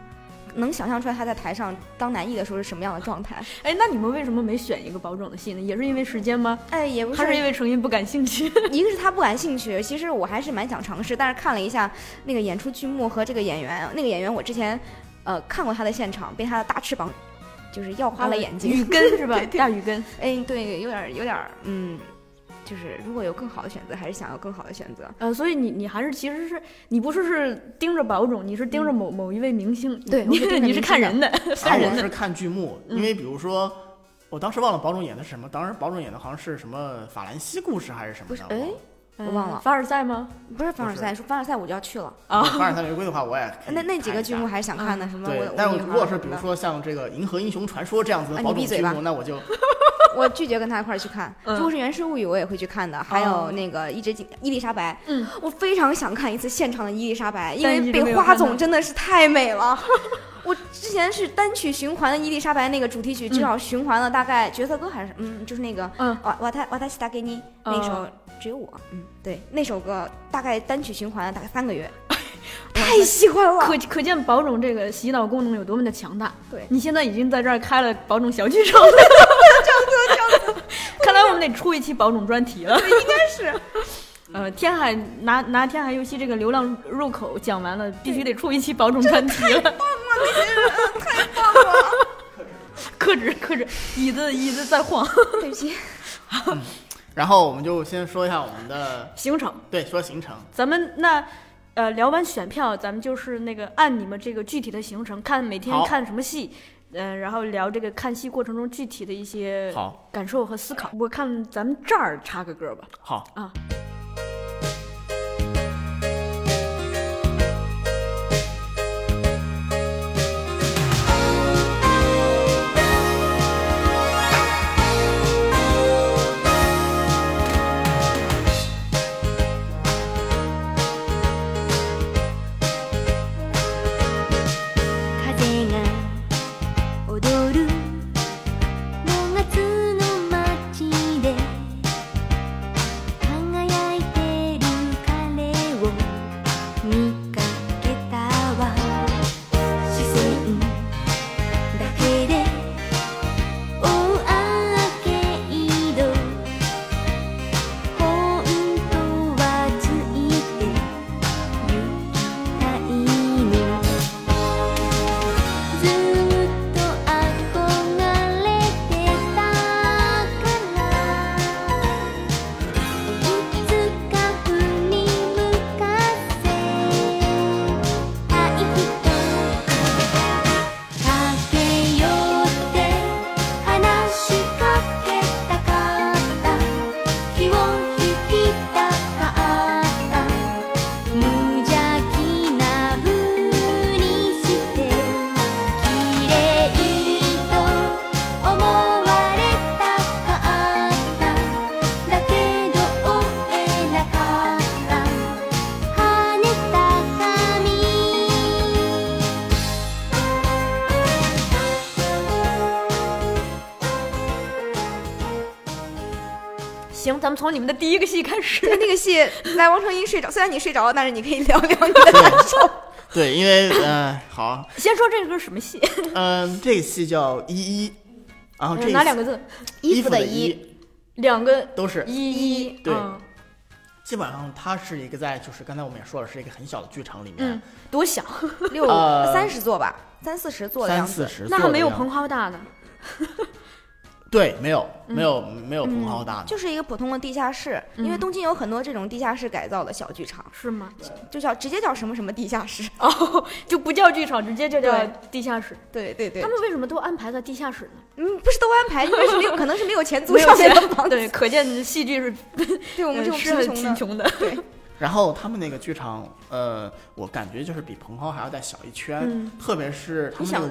Speaker 3: 能想象出来他在台上当男艺的时候是什么样的状态？
Speaker 2: 哎，那你们为什么没选一个保种的戏呢？也是因为时间吗？
Speaker 3: 哎，也不
Speaker 2: 还是因为成因不感兴趣？
Speaker 3: 一个是他不感兴趣，其实我还是蛮想尝试，但是看了一下那个演出剧目和这个演员，那个演员我之前呃看过他的现场，被他的大翅膀就是耀 花了眼 睛，
Speaker 2: 雨根是吧？大雨根。
Speaker 3: 哎，对，有点儿有点儿嗯，就是如果有更好的选择，还是想要更好的选择。
Speaker 2: 呃，所以你你还是其实是你不是是盯着保种，你是盯着某、某一位明星，
Speaker 3: 嗯对我
Speaker 2: 你
Speaker 3: 是盯着
Speaker 2: 你
Speaker 3: 明
Speaker 2: 是
Speaker 3: 星
Speaker 2: 看
Speaker 3: 的
Speaker 2: 人的，
Speaker 4: 而
Speaker 2: 看
Speaker 4: 啊我
Speaker 2: 人的。嗯
Speaker 4: 是看剧目，因为比如说，我当时忘了宝冢演的是什么，当时宝冢演的好像是什么法兰西故事还是什么
Speaker 3: 不是
Speaker 4: 的，
Speaker 3: 哎
Speaker 4: 忘 了
Speaker 3: 我忘了
Speaker 2: 呃凡尔赛吗？
Speaker 3: 不是凡尔
Speaker 4: 不是
Speaker 3: 赛，说凡尔赛我就要去了，
Speaker 2: 哦
Speaker 4: 如果凡尔赛玫瑰的话，我也可以
Speaker 3: 那那几
Speaker 4: 看
Speaker 3: 个
Speaker 4: 一
Speaker 3: 剧
Speaker 4: 下
Speaker 3: 目还是想看的，什么我
Speaker 4: 对
Speaker 3: 的，
Speaker 4: 但
Speaker 3: 我的
Speaker 4: 如
Speaker 3: 女
Speaker 4: 果
Speaker 3: 孩
Speaker 4: 是
Speaker 3: 儿
Speaker 4: 比
Speaker 3: 什
Speaker 4: 如
Speaker 3: 么的
Speaker 4: 说像这个《银河英雄传说》这样子
Speaker 3: 啊
Speaker 4: 的
Speaker 3: 你
Speaker 4: 宝
Speaker 3: 闭
Speaker 4: 冢
Speaker 3: 嘴
Speaker 4: 剧
Speaker 3: 吧
Speaker 4: 目，那我就
Speaker 3: 我拒绝跟他一块儿去看。
Speaker 2: 嗯哦
Speaker 3: 如果是《源氏物语》，我也会去看的。还有那个一只金伊丽莎白，
Speaker 2: 嗯，
Speaker 3: 我非常想看一次现场的伊丽莎白，因
Speaker 2: 但
Speaker 3: 为
Speaker 2: 一直没
Speaker 3: 被
Speaker 2: 有
Speaker 3: 花
Speaker 2: 看到
Speaker 3: 总真的是太美了。 我之前是单曲循环的伊丽莎白那个主题曲，至少循环了大概角色歌还是嗯，就是那个
Speaker 2: 嗯
Speaker 3: 瓦瓦塔瓦塔西达给你那首
Speaker 2: 哦
Speaker 3: 只有我，嗯，对，那首歌大概单曲循环了大概三 个月，太喜欢了
Speaker 2: 可。可见保种这个洗脑功能有多么的强大。
Speaker 3: 对
Speaker 2: 你现在已经在这儿开了保种小剧 场了， 看来我们得出一期保种专题了。
Speaker 3: 应该是
Speaker 2: 呃，天海拿拿天海游戏这个流浪入口讲完了，必须得出一期保种专题了。 克制克制，椅子椅子在晃。
Speaker 3: 对不起，
Speaker 4: 然后我们就先说一下我们的
Speaker 2: 行程，
Speaker 4: 对说行程，
Speaker 2: 咱们那呃聊完选票，咱们就是那个按你们这个具体的行程，看每天
Speaker 4: 好
Speaker 2: 看什么戏，嗯、然后聊这个看戏过程中具体的一些
Speaker 4: 好
Speaker 2: 感受和思考。我看咱们这儿插个歌吧。
Speaker 4: 好
Speaker 2: 啊。
Speaker 6: 風が踊る5月の街で輝
Speaker 2: 行，咱们从你们的第一个戏开
Speaker 3: 就
Speaker 2: 始。
Speaker 3: 是那个戏，来王成英睡着，虽然你睡着了，但是你可以聊聊你的感受。
Speaker 4: 对，因为呃，好，
Speaker 2: 先说这个是什么戏？
Speaker 4: 嗯、这个戏叫依依，然哦后这
Speaker 3: 嗯
Speaker 2: 哪两
Speaker 4: 个
Speaker 2: 个字？
Speaker 4: 衣
Speaker 3: 服
Speaker 4: 服
Speaker 3: 的
Speaker 4: 依，
Speaker 2: 两个
Speaker 4: 都是
Speaker 2: 一一。
Speaker 4: 对
Speaker 3: 哎
Speaker 2: 嗯
Speaker 4: 基本上它是一个在就是刚才我们也说了，是一个很小的剧场里面
Speaker 2: 嗯，，多小，
Speaker 3: 六
Speaker 4: 呃
Speaker 3: 三十座吧，三四十座的样
Speaker 4: 三
Speaker 3: 子。
Speaker 4: 四十座
Speaker 2: 那还
Speaker 4: 的
Speaker 2: 没有
Speaker 4: 样子
Speaker 2: 彭浩大呢。
Speaker 4: 对，没有没有没有彭浩大
Speaker 3: 嗯
Speaker 4: 的，
Speaker 3: 就是一个普通的地下室，因为
Speaker 2: 嗯
Speaker 3: 东京有很多这种地下室改造的小剧场，
Speaker 2: 是吗？
Speaker 3: 就叫直接叫什么什么地下室。
Speaker 2: 哦，就不叫剧场，直接就叫
Speaker 3: 对
Speaker 2: 地下室。
Speaker 3: 对对对，
Speaker 2: 他们为什么都安排在地下室呢？
Speaker 3: 嗯不是都安排，因为 是没有可能是没有钱租
Speaker 2: 没有
Speaker 3: 上面的
Speaker 2: 钱
Speaker 3: 房子。
Speaker 2: 对，可见戏剧是呃
Speaker 3: 对我们这种
Speaker 2: 是
Speaker 3: 贫
Speaker 2: 很
Speaker 3: 穷
Speaker 2: 贫
Speaker 3: 的，
Speaker 2: 穷的。
Speaker 3: 对，
Speaker 4: 然后他们那个剧场，呃，我感觉就是比彭浩还要再小一圈，
Speaker 2: 嗯
Speaker 4: 特别是他
Speaker 2: 你
Speaker 4: 们那
Speaker 2: 想
Speaker 4: 个，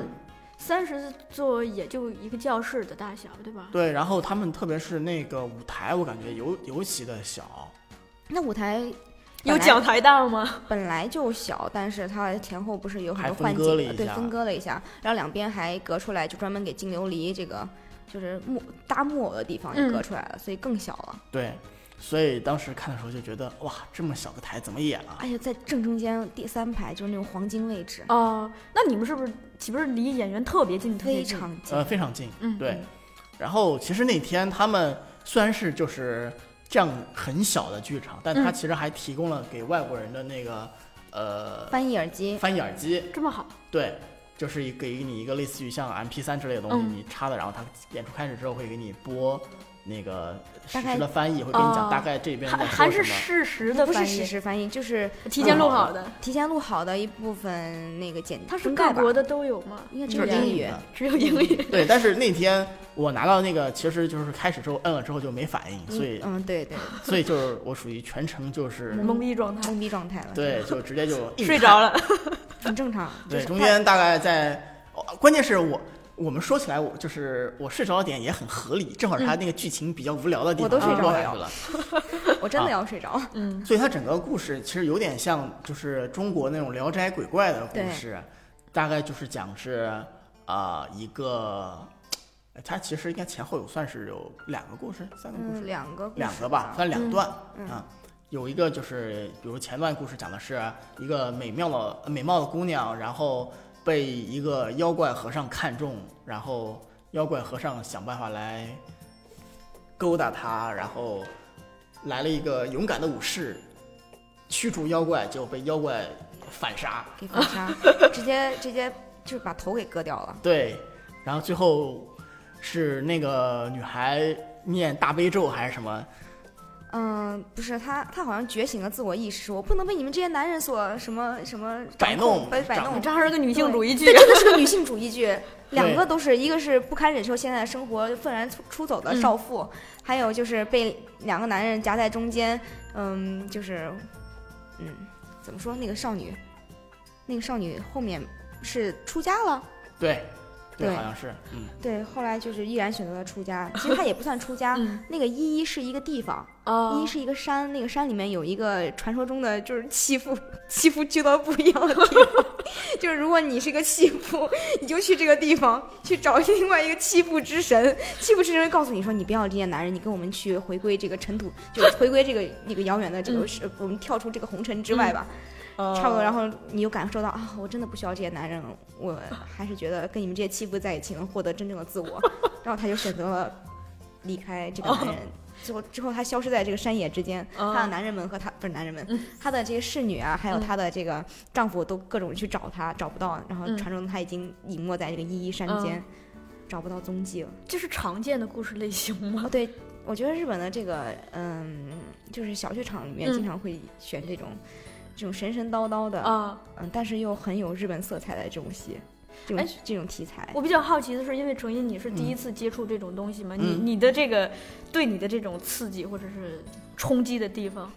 Speaker 2: 三十座也就一个教室的大小，对吧？
Speaker 4: 对，然后他们特别是那个舞台，我感觉尤尤其的小，
Speaker 3: 那舞台
Speaker 2: 有
Speaker 3: 本来哦
Speaker 2: 讲台大吗？
Speaker 3: 本来就小，但是它前后不是有很多
Speaker 4: 还
Speaker 3: 换
Speaker 4: 分割了
Speaker 3: 景的，
Speaker 4: 一
Speaker 3: 对，
Speaker 4: 下
Speaker 3: 分割了一下，然后两边还隔出来，就专门给金琉璃这个就是木搭木偶的地方也
Speaker 2: 嗯
Speaker 3: 隔出来了，所以更小了。
Speaker 4: 对，所以当时看的时候就觉得，哇，这么小个台怎么演啊？
Speaker 3: 而且哎在正中间第三排就是那种黄金位置，
Speaker 2: 哦，那你们是不是岂不是离演员特别近？特别
Speaker 3: 非
Speaker 2: 近
Speaker 3: 常近。
Speaker 4: 呃，非常近，
Speaker 2: 嗯
Speaker 4: 对。然后其实那天他们虽然是就是这样很小的剧场，但他
Speaker 2: 嗯
Speaker 4: 其实还提供了给外国人的那个、呃
Speaker 3: 翻译耳机，
Speaker 4: 翻译耳机，
Speaker 2: 这么好，
Speaker 4: 对，就是一给你一个类似于像 M P 三之类的东西，
Speaker 2: 嗯
Speaker 4: 你插的，然后它演出开始之后会给你播那个实
Speaker 3: 大概
Speaker 4: 时的翻译，会给你
Speaker 2: 哦
Speaker 4: 讲大概这边在
Speaker 2: 还
Speaker 4: 说
Speaker 2: 还是
Speaker 4: 什么。
Speaker 2: 事实的
Speaker 3: 不
Speaker 2: 翻
Speaker 3: 是
Speaker 2: 译，
Speaker 3: 实时嗯翻译，就是
Speaker 2: 提前录好的。
Speaker 3: 提前录好的一部分那个简，
Speaker 2: 它是
Speaker 3: 分
Speaker 2: 各
Speaker 3: 盖吧
Speaker 2: 国，的都有吗？
Speaker 3: 应该只
Speaker 4: 就
Speaker 3: 有
Speaker 4: 是
Speaker 3: 英
Speaker 4: 英
Speaker 3: 语
Speaker 4: 语。的
Speaker 2: 只有英 语。
Speaker 4: 对，但是那天我拿到那个，其实就是开始之后摁了之后就没反应，所以、
Speaker 3: 嗯，对对，
Speaker 4: 所以就是我属于全程就是
Speaker 2: 懵逼状态，
Speaker 3: 懵逼状态了，，
Speaker 4: 对，就直接就 硬
Speaker 2: 睡
Speaker 4: 看
Speaker 2: 着。 了。
Speaker 3: 很正常。就
Speaker 4: 对，
Speaker 3: 是
Speaker 4: 中
Speaker 3: 太
Speaker 4: 间大概在，哦关键是我我们说起来，我就是我睡着的点也很合理，正好是他那个剧情比较无聊的
Speaker 3: 嗯
Speaker 4: 地
Speaker 3: 我
Speaker 4: 方
Speaker 3: 都
Speaker 4: 就
Speaker 3: 睡着
Speaker 4: 落下
Speaker 3: 了
Speaker 4: 去了。
Speaker 3: 我真的
Speaker 4: 啊
Speaker 3: 要睡着了。
Speaker 2: 嗯，
Speaker 4: 所以它整个故事其实有点像就是中国那种聊斋鬼怪的故事，大概就是讲是啊、呃一个，呃它其实应该前后有算是有两个故事，三个故事，
Speaker 3: 嗯，两个故
Speaker 4: 两
Speaker 3: 事
Speaker 4: 个吧，算两段、
Speaker 3: 嗯
Speaker 4: 啊。有一个就是，比如前段故事讲的是一个美妙的美貌的姑娘，然后被一个妖怪和尚看中，然后妖怪和尚想办法来勾搭她，然后来了一个勇敢的武士驱逐妖怪，结果被妖怪反杀。
Speaker 3: 给封杀， 直接直接就是把头给割掉了。
Speaker 4: 对，然后最后是那个女孩念大悲咒还是什么？
Speaker 3: 嗯，不是他，他好像觉醒了自我意识，我不能被你们这些男人所什么什么
Speaker 4: 摆
Speaker 3: 掌控
Speaker 4: 弄
Speaker 3: 被摆
Speaker 4: 掌
Speaker 3: 弄。
Speaker 2: 这还是个女性主义剧，
Speaker 3: 对，。真的是个女性主义剧，两
Speaker 4: 对
Speaker 3: 个都是，一个是不堪忍受现在的生活愤然出出走的少妇，还有就是被两个男人夹在中间，嗯，就是，嗯，怎么说那个少女，那个少女后面是出家了，
Speaker 4: 对，
Speaker 3: 对
Speaker 4: 好像是，嗯。
Speaker 3: 对，后来就是毅然选择了出家，其实她也不算出家
Speaker 2: 嗯
Speaker 3: 那个依依是一个地方，
Speaker 2: 哦
Speaker 3: 依依是一个山，那个山里面有一个传说中的就是弃妇弃妇俱乐部一样的地方， 就是如果你是个弃妇，你就去这个地方去找另外一个弃妇之神，弃妇之神会告诉你说你不要这些男人，你跟我们去回归这个尘土，就是回归这个那个遥远的这个
Speaker 2: 嗯
Speaker 3: 是、我们跳出这个红尘之外吧，差
Speaker 2: 哦
Speaker 3: 不多。然后你又感受到啊，我真的不需要这些男人，我还是觉得跟你们这些弃妇在一起能获得真正的 自我，然后他就选择了离开这个男人。之后，之后他消失在这个山野之间，
Speaker 2: 哦嗯
Speaker 3: 他的男人们和他不是男人们，他的这些侍女啊，还有他的这个丈夫都各种去找他，找不到，然后
Speaker 2: 嗯
Speaker 3: 传说中他已经隐没在这个依依山间，找不到踪迹了。
Speaker 2: 这是常见的故事类型吗
Speaker 3: 哦，？对，我觉得日本的这个，嗯，就是小剧场里面
Speaker 2: 嗯
Speaker 3: 经常会选这种、这种神神叨叨的，
Speaker 2: 啊，
Speaker 3: 嗯，但是又很有日本色彩的这种戏，这种、
Speaker 2: 哎
Speaker 3: 这种题材。
Speaker 2: 我比较好奇的是，因为程一，你是第一次接触这种东西吗？你
Speaker 4: 嗯
Speaker 2: 你的这个对你的这种刺激或者是冲击的地方，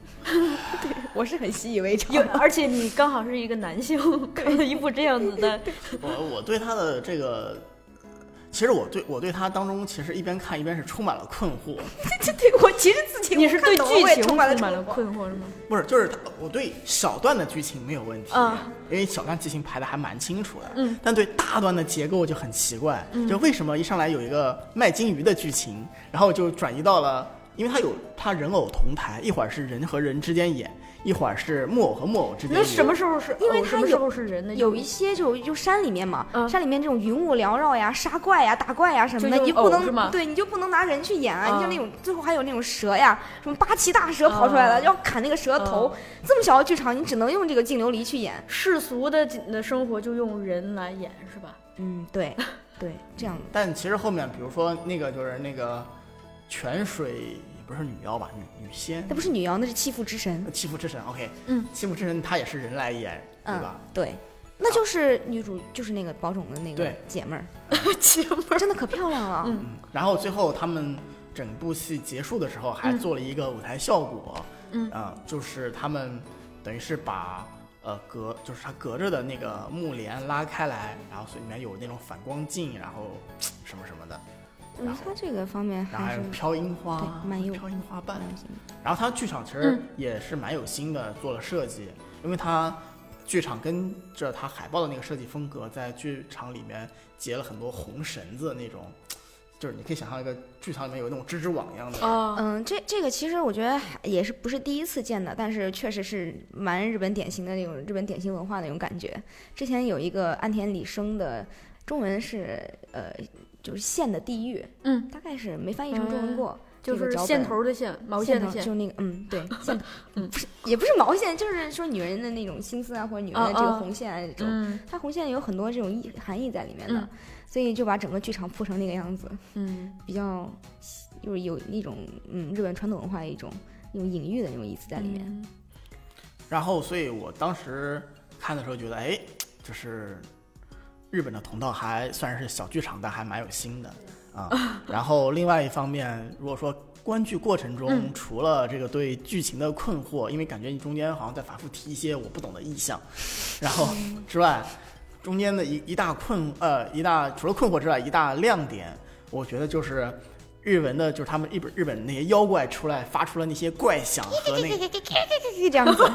Speaker 3: 我是很习以为常
Speaker 2: 有，而且你刚好是一个男 性，看了一部这样子的，
Speaker 4: 我我对他的这个，其实我对我对他当中，其实一边看一边是充满了困惑，
Speaker 3: 这对我其实自己
Speaker 2: 你是对剧情充
Speaker 3: 充
Speaker 2: 满
Speaker 3: 满
Speaker 2: 了
Speaker 3: 了
Speaker 2: 困惑是吗？
Speaker 4: 不是，就是他我对小段的剧情没有问题，
Speaker 2: 啊
Speaker 4: 因为小段剧情排的还蛮清楚的，
Speaker 2: 嗯，
Speaker 4: 但对大段的结构就很奇怪，就为什么一上来有一个卖金鱼的剧情，然后就转移到了因为它有它人偶同台，一会儿是人和人之间演，一会儿是木偶和木偶之间
Speaker 2: 那
Speaker 4: 演。
Speaker 2: 什么时候是？
Speaker 3: 因为
Speaker 2: 哦
Speaker 3: 它
Speaker 2: 什么时
Speaker 3: 有
Speaker 2: 候是人的？
Speaker 3: 有一些就就山里面嘛，
Speaker 2: 嗯
Speaker 3: 山里面这种云雾缭绕呀、杀怪呀、打怪呀什么的，
Speaker 2: 就
Speaker 3: 你
Speaker 2: 用
Speaker 3: 就不
Speaker 2: 偶是
Speaker 3: 能
Speaker 2: 吗
Speaker 3: 对，你就不能拿人去演啊。
Speaker 2: 嗯
Speaker 3: 你像那种最后还有那种蛇呀，什么八岐大蛇跑出来了，
Speaker 2: 嗯
Speaker 3: 要砍那个蛇头。这么小的剧场，你只能用这个净琉璃去演。
Speaker 2: 世俗的的生活就用人来演是 吧？
Speaker 3: 嗯，对，对，这样
Speaker 4: 但其实后面，比如说那个就是那个泉水，也不是女妖吧，女女仙
Speaker 3: 那，不是女妖，那是弃妇之神。
Speaker 4: 呃欺负之神，OK，
Speaker 2: 嗯，
Speaker 4: 欺负之神她也是人来演，对
Speaker 3: 嗯
Speaker 4: 吧？，
Speaker 3: 对，那就是女主，就是那个保种的那个
Speaker 4: 对
Speaker 3: 姐妹儿，
Speaker 2: 姐们儿
Speaker 3: 真的可漂亮了。
Speaker 2: 嗯
Speaker 4: 嗯，然后最后他们整部戏结束的时候还做了一个舞台效果，
Speaker 2: 嗯
Speaker 4: 啊、就是他们等于是把呃隔就是它隔着的那个幕帘拉开来，然后所以里面有那种反光镜，然后什么什么的，
Speaker 3: 嗯，她这个方面
Speaker 4: 然后还
Speaker 3: 还
Speaker 4: 有
Speaker 3: 是
Speaker 4: 飘樱花
Speaker 3: 嗯
Speaker 2: 啊
Speaker 3: 对，漫游
Speaker 4: 飘樱花瓣，
Speaker 3: 蛮行的
Speaker 4: 然后它剧场其实也是蛮有心的，做了设计，因为它剧场跟着它海报的那个设计风格，在剧场里面结了很多红绳子那种，就是你可以想象一个剧场里面有那种蜘蛛网一样的。
Speaker 2: 啊，
Speaker 3: 嗯，这这个其实我觉得还也是不是第一次见的，但是确实是蛮日本典型的那种日本典型文化那种感觉。之前有一个岸田理生的中文是呃，就是线的地狱，
Speaker 2: 嗯，
Speaker 3: 大概是没翻译成中文
Speaker 2: 嗯
Speaker 3: 过，
Speaker 2: 就
Speaker 3: 这个
Speaker 2: 是
Speaker 3: 脚
Speaker 2: 线
Speaker 3: 本
Speaker 2: 头的线，毛
Speaker 3: 线
Speaker 2: 线的
Speaker 3: 头
Speaker 2: 线，
Speaker 3: 就。是那个嗯，对，线头
Speaker 2: 嗯
Speaker 3: 不是也不是毛线，就是说女人的那种心思啊，或者女人的这个
Speaker 2: 哦哦
Speaker 3: 红线啊这种。
Speaker 2: 嗯
Speaker 3: 它红线有很多这种意含义在里面的，
Speaker 2: 嗯
Speaker 3: 所以就把整个剧场铺成那个样子，
Speaker 2: 嗯
Speaker 3: 比较就是有那种嗯日本传统文化的一种那种隐喻的那种意思在里面。
Speaker 2: 嗯
Speaker 4: 然后，所以我当时看的时候觉得，哎，就是日本的同道还算是小剧场，但还蛮有心的啊。然后，另外一方面，如果说观剧过程中，
Speaker 2: 嗯
Speaker 4: 除了这个对剧情的困惑，因为感觉你中间好像在反复提一些我不懂的意象，然后之外，中间的一一大困呃一大除了困惑之外，一大亮点，我觉得就是。日文的，就是他们日本日本那些妖怪出来发出了那些怪响和那个
Speaker 3: 这样子，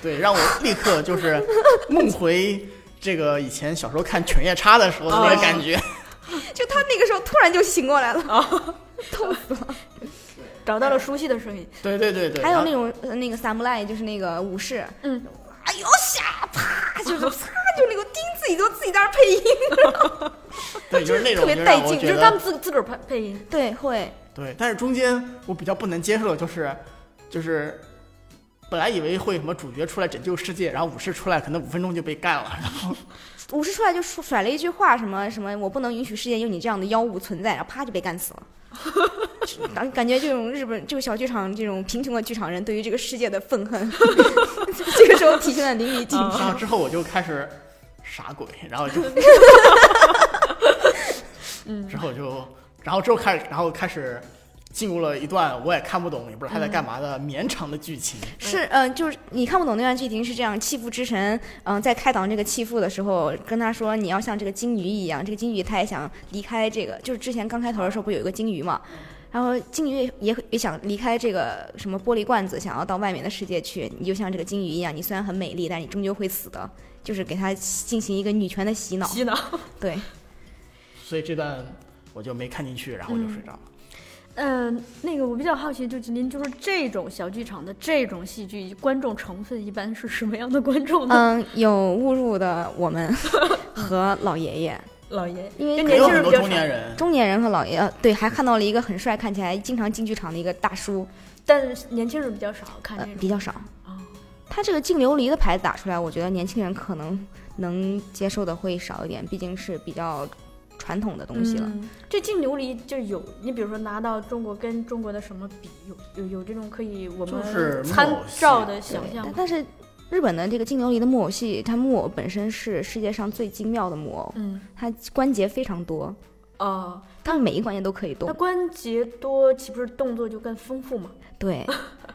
Speaker 4: 对，让我立刻就是 梦回这个以前小时候看《犬夜叉》的时候的
Speaker 3: 哦
Speaker 4: 那 个感觉。
Speaker 3: 就他那个时候突然就醒过来了，痛死了。
Speaker 2: 哦 找到了熟悉的声 音。
Speaker 4: 对对对对，
Speaker 3: 还有那
Speaker 4: 种
Speaker 3: 种、呃那个 samurai，就是那个武士，
Speaker 2: 啊嗯，
Speaker 3: 哎呦下啪，就是啪，就那个钉自己都自己在那儿配音。
Speaker 4: 对，就是那种
Speaker 3: 特别
Speaker 4: 就让
Speaker 3: 带
Speaker 4: 我
Speaker 3: 劲
Speaker 4: 觉
Speaker 2: 就是
Speaker 4: 得
Speaker 2: 他们自自个儿配配音，
Speaker 3: 对，会，
Speaker 4: 对，但是中间我比较不能接受的就是，就是本来以为会什么主角出来拯救世界，然后武士出来可能五分钟就被干了，然后
Speaker 3: 武士出来就说甩了一句话，什么什么，我不能允许世界有你这样的妖物存在，然后啪就被干死了。 感感觉这种日本这个小剧场这种贫穷的剧场人对于这个世界的愤恨， 这个时候体现的淋漓尽致。
Speaker 4: 然后之后我就开始傻鬼，然 后就，
Speaker 3: 嗯
Speaker 4: 之后就，然后之后开始，然后开始进入了一段我也看不懂，也不知道他在干嘛
Speaker 3: 嗯
Speaker 4: 的绵长的剧情。
Speaker 3: 是，嗯、就是你看不懂那段剧情是这样，弃妇之神，嗯、在开导那个弃妇的时候，跟他说你要像这个金鱼一样，这个金鱼他也想离开这个，就是之前刚开头的时候不有一个金鱼嘛，然后金鱼也也也想离开这个什么玻璃罐子，想要到外面的世界去，你就像这个金鱼一样，你虽然很美丽，但你终究会死的，就是给他进行一个女权的洗脑，
Speaker 2: 洗脑。
Speaker 3: 对，
Speaker 4: 所以这段我就没看进去，然后我就睡着了。
Speaker 2: 嗯，那个我比较好奇，就是您就是这种小剧场的这种戏剧，观众成分一般是什么样的观众呢？
Speaker 3: 嗯，有误入的我们 和老爷爷，
Speaker 2: 老爷，
Speaker 3: 因为
Speaker 2: 跟
Speaker 3: 可
Speaker 2: 年
Speaker 4: 也有
Speaker 2: 轻
Speaker 4: 很
Speaker 2: 人
Speaker 4: 多
Speaker 2: 比较
Speaker 4: 中年
Speaker 2: 少，
Speaker 4: 人，
Speaker 3: 中年人和老爷，呃对，还看到了一个很帅，看起来经常进剧场的一个大叔，
Speaker 2: 但是年轻人比较少看
Speaker 3: 呃
Speaker 2: 这，
Speaker 3: 比
Speaker 2: 种。
Speaker 3: 较少。
Speaker 2: 哦
Speaker 3: 他这个净琉璃的牌子打出来，我觉得年轻人可能能接受的会少一点，毕竟是比较传统的东西了。
Speaker 2: 嗯这净琉璃就有，你比如说拿到中国跟中国的什么比，有有有这种可以我
Speaker 4: 就是
Speaker 2: 们参照的
Speaker 3: 对
Speaker 2: 想象
Speaker 3: 但
Speaker 2: 吗。
Speaker 3: 但是日本的这个净琉璃的木偶戏，它木偶本身是世界上最精妙的木偶，
Speaker 2: 嗯，
Speaker 3: 它关节非常多，
Speaker 2: 哦，
Speaker 3: 它每一关节都可以动
Speaker 2: 那。关节多岂不是动作就更丰富吗？
Speaker 3: 对，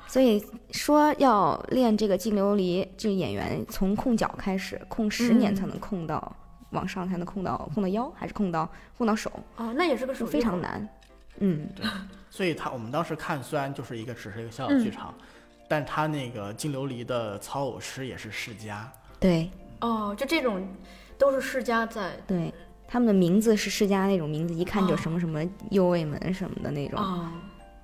Speaker 3: 所以说要练这个净琉璃，这演员从控脚开始，控十年
Speaker 2: 嗯
Speaker 3: 才能控到、往上，才能控到控到腰，还是控到控到手，
Speaker 2: 哦，那也是个手
Speaker 3: 就
Speaker 2: 艺
Speaker 3: 非常难。嗯，
Speaker 4: 所以他我们当时看虽然就是一个只是一个小小剧场，但他那个金琉璃的操偶师也是世家，
Speaker 3: 对
Speaker 2: 哦，就这种都是世家在
Speaker 3: 对，他们的名字是世家那种名字，一看就
Speaker 2: 哦
Speaker 3: 什么什么右卫门什么的那种，
Speaker 2: 哦，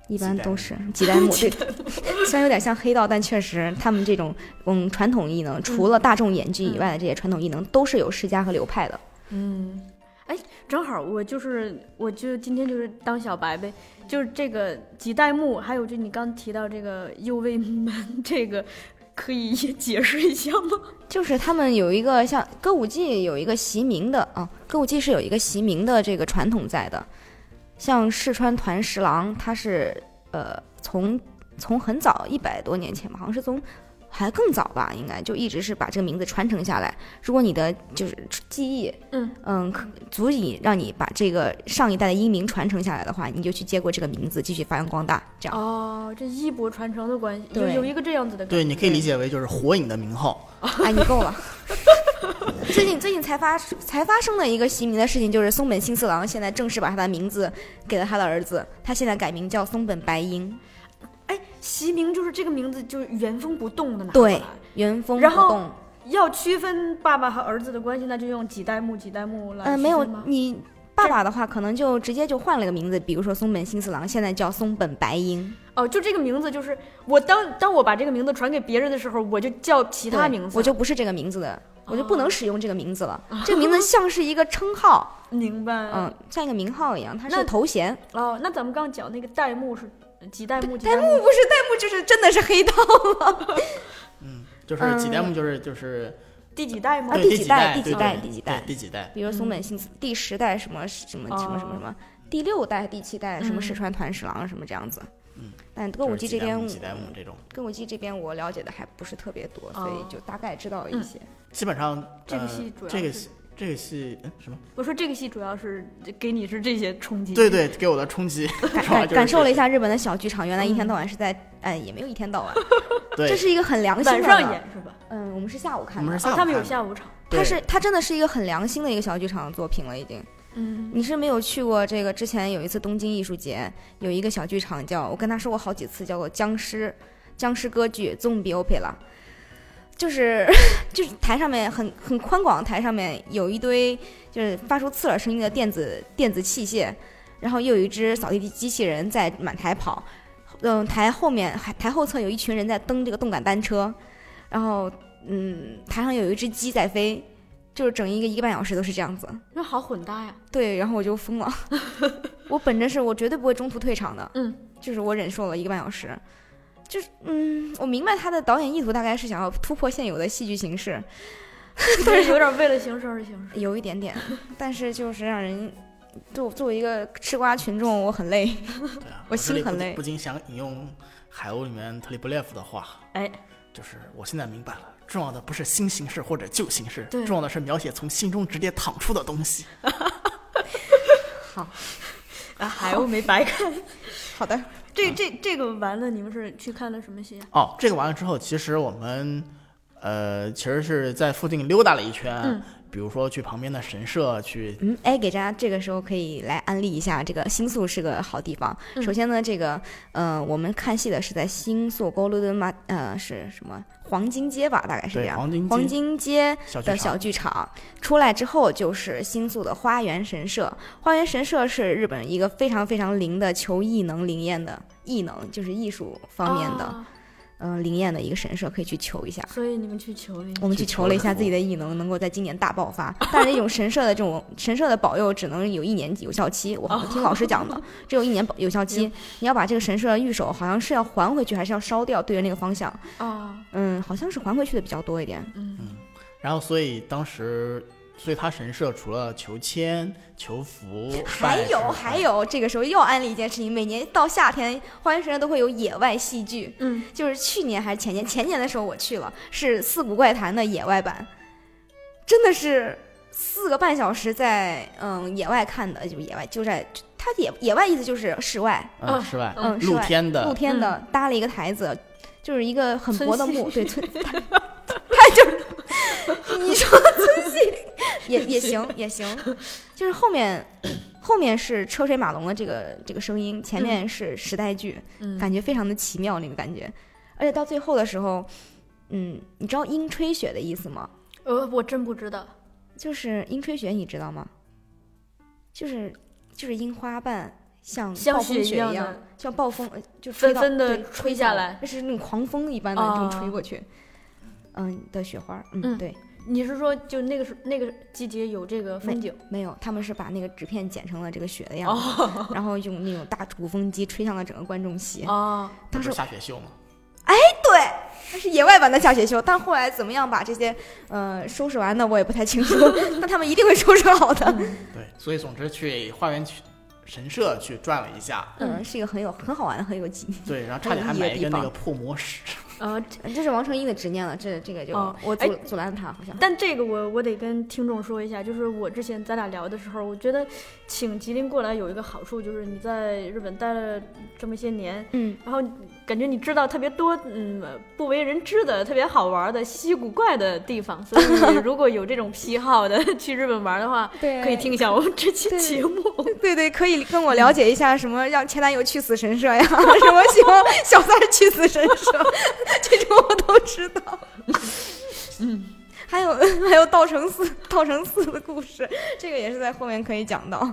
Speaker 3: 一般 都是
Speaker 2: 几
Speaker 3: 几
Speaker 2: 代
Speaker 3: 代
Speaker 2: 目
Speaker 3: 目。对， 虽然有点像黑道，但确实他们这种嗯传统艺能，除
Speaker 2: 嗯
Speaker 3: 了大众演技以外的这些传统艺能，都是有世家和流派的。
Speaker 5: 嗯，
Speaker 2: 哎正好我就是，我就今天就是当小白呗，就是这个几代目，还有就你刚提到这个右卫门，这个可以解释一下 吗？
Speaker 3: 就是他们有一个像歌舞伎有一个习名的啊，歌舞伎是有一个习名的这个传统在的。像四川团十郎，他是呃从从很早一百多年前吧，好像是从还更早吧，应该就一直是把这个名字传承下来。如果你的就是记忆，
Speaker 2: 嗯
Speaker 3: 可足以让你把这个上一代的音名传承下来的话，你就去接过这个名字，继续发扬光大。这样，
Speaker 2: 哦，这衣钵传承的关系，有
Speaker 3: 对
Speaker 2: 有一个这样子的感
Speaker 4: 对，
Speaker 2: 觉。
Speaker 4: 你可以理解为就是火影的名号。
Speaker 3: 哎，你够了。最近最近才发才发生的一个袭名的事情，就是松本幸四郎现在正式把他的名字给了他的儿子，他现在改名叫松本白樱，
Speaker 2: 哎，习名就是这个名字，就是原封不动的拿过
Speaker 3: 对
Speaker 2: 来。，
Speaker 3: 原封不
Speaker 2: 然后
Speaker 3: 动。
Speaker 2: 要区分爸爸和儿子的关系，那就用几代目几代目来。
Speaker 3: 呃，没有，你爸爸的话，可能就直接就换了个名字，比如说松本幸四郎现在叫松本白樱，
Speaker 2: 哦，就这个名字，就是我当当我把这个名字传给别人的时候，我就叫其他
Speaker 3: 对
Speaker 2: 名字。哦
Speaker 3: 我就不是这个名字的，我就不能使用这个 名字了。这个名字像是一个称号，
Speaker 2: 明白。
Speaker 3: 嗯，像一个名号一样，它
Speaker 2: 那
Speaker 3: 是头衔。
Speaker 2: 哦，那咱们刚讲那个代目是几代目？几
Speaker 3: 弹
Speaker 2: 代
Speaker 3: 幕不是弹幕，就是真的是黑道了。
Speaker 4: 就是几代目，就是就是
Speaker 2: 第几代吗
Speaker 3: 啊？
Speaker 4: 对
Speaker 3: 第
Speaker 4: 第
Speaker 3: 几代
Speaker 4: 代，
Speaker 3: 第几
Speaker 4: 对
Speaker 3: 代
Speaker 4: 对
Speaker 3: 第几代
Speaker 4: 对第几代？
Speaker 3: 比如松本
Speaker 2: 嗯
Speaker 3: 幸子第十代什么什么什么什么什
Speaker 2: 哦
Speaker 3: 么，第六代、第七代
Speaker 2: 嗯
Speaker 3: 什么石川团十郎什么这样子。
Speaker 4: 嗯，
Speaker 3: 但歌舞
Speaker 4: 就是
Speaker 3: 伎
Speaker 4: 几
Speaker 3: 这嗯
Speaker 4: 代
Speaker 3: 边
Speaker 4: 目
Speaker 3: 我，
Speaker 4: 几代目这种，
Speaker 3: 歌舞伎这边我了解的还不是特别多，所
Speaker 2: 哦
Speaker 3: 以就大概知道
Speaker 2: 嗯
Speaker 3: 一些。
Speaker 4: 基本上
Speaker 2: 这个
Speaker 4: 呃
Speaker 2: 戏主要
Speaker 4: 这个
Speaker 2: 是
Speaker 4: 戏这个戏嗯什么？
Speaker 2: 我说这个戏主要是给你是这些冲击。
Speaker 4: 对对，给我的冲击，
Speaker 3: 感
Speaker 4: 主要
Speaker 3: 感
Speaker 4: 就是
Speaker 3: 感
Speaker 4: 这
Speaker 3: 受了一
Speaker 4: 个
Speaker 3: 下日本的小剧场，原来
Speaker 2: 嗯
Speaker 3: 一天到晚是在，哎，也没有一天到晚，这
Speaker 4: 对，
Speaker 3: 是一个很良心
Speaker 2: 晚
Speaker 3: 的。
Speaker 2: 上演是吧？
Speaker 3: 嗯，我们是下午
Speaker 4: 我
Speaker 3: 看
Speaker 4: 们
Speaker 3: 的
Speaker 2: 哦
Speaker 4: 是。下午
Speaker 2: 他们有
Speaker 4: 看的
Speaker 2: 下午场。
Speaker 3: 它
Speaker 4: 对
Speaker 3: 是它真的是一个很良心的一个小剧场作品了，已经。
Speaker 2: 嗯，
Speaker 3: 你是没有去过这个？之前有一次东京艺术节，有一个小剧场叫我跟他说过好几次，叫做僵尸僵尸歌剧 Zombie Opera，就是 就是台上面很很宽广的台上面有一堆就是发出刺耳声音的电子电子器械，然后又有一只扫地机机器人在满台跑，嗯，台后面还台后侧有一群人在蹬这个动感单车，然后嗯，台上有一只鸡在飞，就是整一个一个半小时都是这样子。
Speaker 2: 那好混搭呀。
Speaker 3: 对，然后我就疯了。我本着是我绝对不会中途退场的，
Speaker 2: 嗯，
Speaker 3: 就是我忍受了一个半小时，就是嗯，我明白他的导演意图大概是想要突破现有的戏剧形式，
Speaker 2: 就是有点为了形式而形式。
Speaker 3: 有一点点，但是就是让人作作为一个吃瓜群众，我很累。
Speaker 4: 对啊，
Speaker 3: 我
Speaker 4: 这
Speaker 3: 心
Speaker 4: 里不
Speaker 3: 很
Speaker 4: 禁
Speaker 3: 累
Speaker 4: 不禁想引用海鸥里面特里布列夫的话，
Speaker 2: 哎，
Speaker 4: 就是我现在明白了，重要的不是新形式或者旧形式，
Speaker 2: 对
Speaker 4: 重要的是描写从心中直接淌出的东西。
Speaker 2: 啊，海鸥没白看。
Speaker 3: 好的，
Speaker 2: 这这这个完了，你们是去看了什么戏啊？
Speaker 4: 哦，这个完了之后，其实我们呃其实是在附近溜达了一圈，比如说去旁边的神社去。
Speaker 3: 嗯，哎，给大家这个时候可以来安利一下，这个新宿是个好地方。首先呢，这个呃，我们看戏的是在新宿 Golden Ma 呃是什么黄金街吧，大概是这
Speaker 4: 对
Speaker 3: 样。
Speaker 4: 黄金街
Speaker 3: 黄金街
Speaker 4: 小剧
Speaker 3: 的
Speaker 4: 场
Speaker 3: 小剧场出来之后，就是新宿的花园神社。花园神社是日本一个非常非常灵的求艺能灵验的艺能，就是艺术方面的
Speaker 2: 啊
Speaker 3: 嗯、呃灵验的一个神社，可以去求一下。
Speaker 2: 所以你们去求了一下
Speaker 3: 我们去求了一下自己的异能能够在今年大爆发，但是那种神社的这种神社的保佑只能有一年有效期，我好像听老师讲的，只有一年保有效期。你要把这个神社的御守好像是要还回去，还是要烧掉？对着那个方向，
Speaker 2: 啊，
Speaker 3: 嗯，好像是还回去的比较多一点。
Speaker 2: 嗯
Speaker 4: 然后，所以当时，所以他神社除了求签、求福，
Speaker 3: 还
Speaker 4: 拜
Speaker 3: 有
Speaker 4: 神
Speaker 3: 还有，这个时候又安利一件事情，每年到夏天，花园神社都会有野外戏剧，
Speaker 2: 嗯，
Speaker 3: 就是去年还是前年前年的时候我去了，是《四谷怪谈》的野外版，真的是四个半小时在嗯野外看的，就野外就在它野野外意思就是室外，
Speaker 4: 嗯，室外、
Speaker 3: 嗯，室
Speaker 4: 露
Speaker 3: 外
Speaker 4: 天的
Speaker 3: 露天的搭了一个台子，就是一个很薄的木，对，村，他就是 你说村系也也行也行，就是后面后面是车水马龙的这个这个声音，前面是时代剧，
Speaker 2: 嗯
Speaker 3: 感觉非常的奇妙那个感觉，而且到最后的时候，嗯，你知道鹰吹雪的意思吗？
Speaker 2: 呃，我真不知道。
Speaker 3: 就是鹰吹雪，你知道吗？就是就是樱花瓣像
Speaker 6: 像
Speaker 3: 暴风
Speaker 6: 雪一
Speaker 3: 雪
Speaker 6: 样
Speaker 3: 样
Speaker 6: 的，
Speaker 3: 像暴风呃就
Speaker 6: 纷
Speaker 3: 吹到
Speaker 6: 纷地
Speaker 3: 对
Speaker 6: 吹
Speaker 3: 吹
Speaker 6: 下
Speaker 3: 到
Speaker 6: 来
Speaker 3: 那是那种狂风一般的这种吹
Speaker 6: 啊
Speaker 3: 过去，嗯的雪花，嗯
Speaker 6: 嗯
Speaker 3: 对，
Speaker 2: 你是说就那个时那个季节有这个风景？哦
Speaker 3: 没有，他们是把那个纸片剪成了这个雪的
Speaker 6: 哦
Speaker 3: 样子，然后用那种大鼓风机吹向了整个观众席。
Speaker 6: 哦
Speaker 2: 啊，
Speaker 3: 当时
Speaker 4: 不是下雪秀吗？
Speaker 3: 对，它是野外版的下雪秀，但后来怎么样把这些呃收拾完的我也不太清楚， 但他们一定会收拾好的。
Speaker 6: 嗯
Speaker 4: 对，所以总之去花园去神社去转了一下，
Speaker 3: 嗯，是一个很有很好玩的，很有纪念。
Speaker 4: 对，然后差点还买一个那个破魔石，
Speaker 2: 呃，
Speaker 3: 这是王成一的执念了，这这个就、
Speaker 2: 哦
Speaker 3: 我
Speaker 2: 哎
Speaker 3: 阻阻拦他好像。
Speaker 2: 但这个我我得跟听众说一下，就是我之前咱俩聊的时候，我觉得请吉林过来有一个好处，就是你在日本待了这么些年，
Speaker 3: 嗯，
Speaker 2: 然后感觉你知道特别多，嗯，不为人知的、特别好玩的、稀奇古怪的地方。所以你如果有这种癖好的 去日本玩的话，
Speaker 3: 对
Speaker 2: 可以听一下我们这期
Speaker 3: 对
Speaker 2: 节目。
Speaker 3: 对对，可以跟我了解一下什么让前男友去死神社呀， 什么希望小三儿去死神社， 这种我都知道。 嗯，还有还有稻城寺稻城寺的故事，这个也是在后面可以讲 到。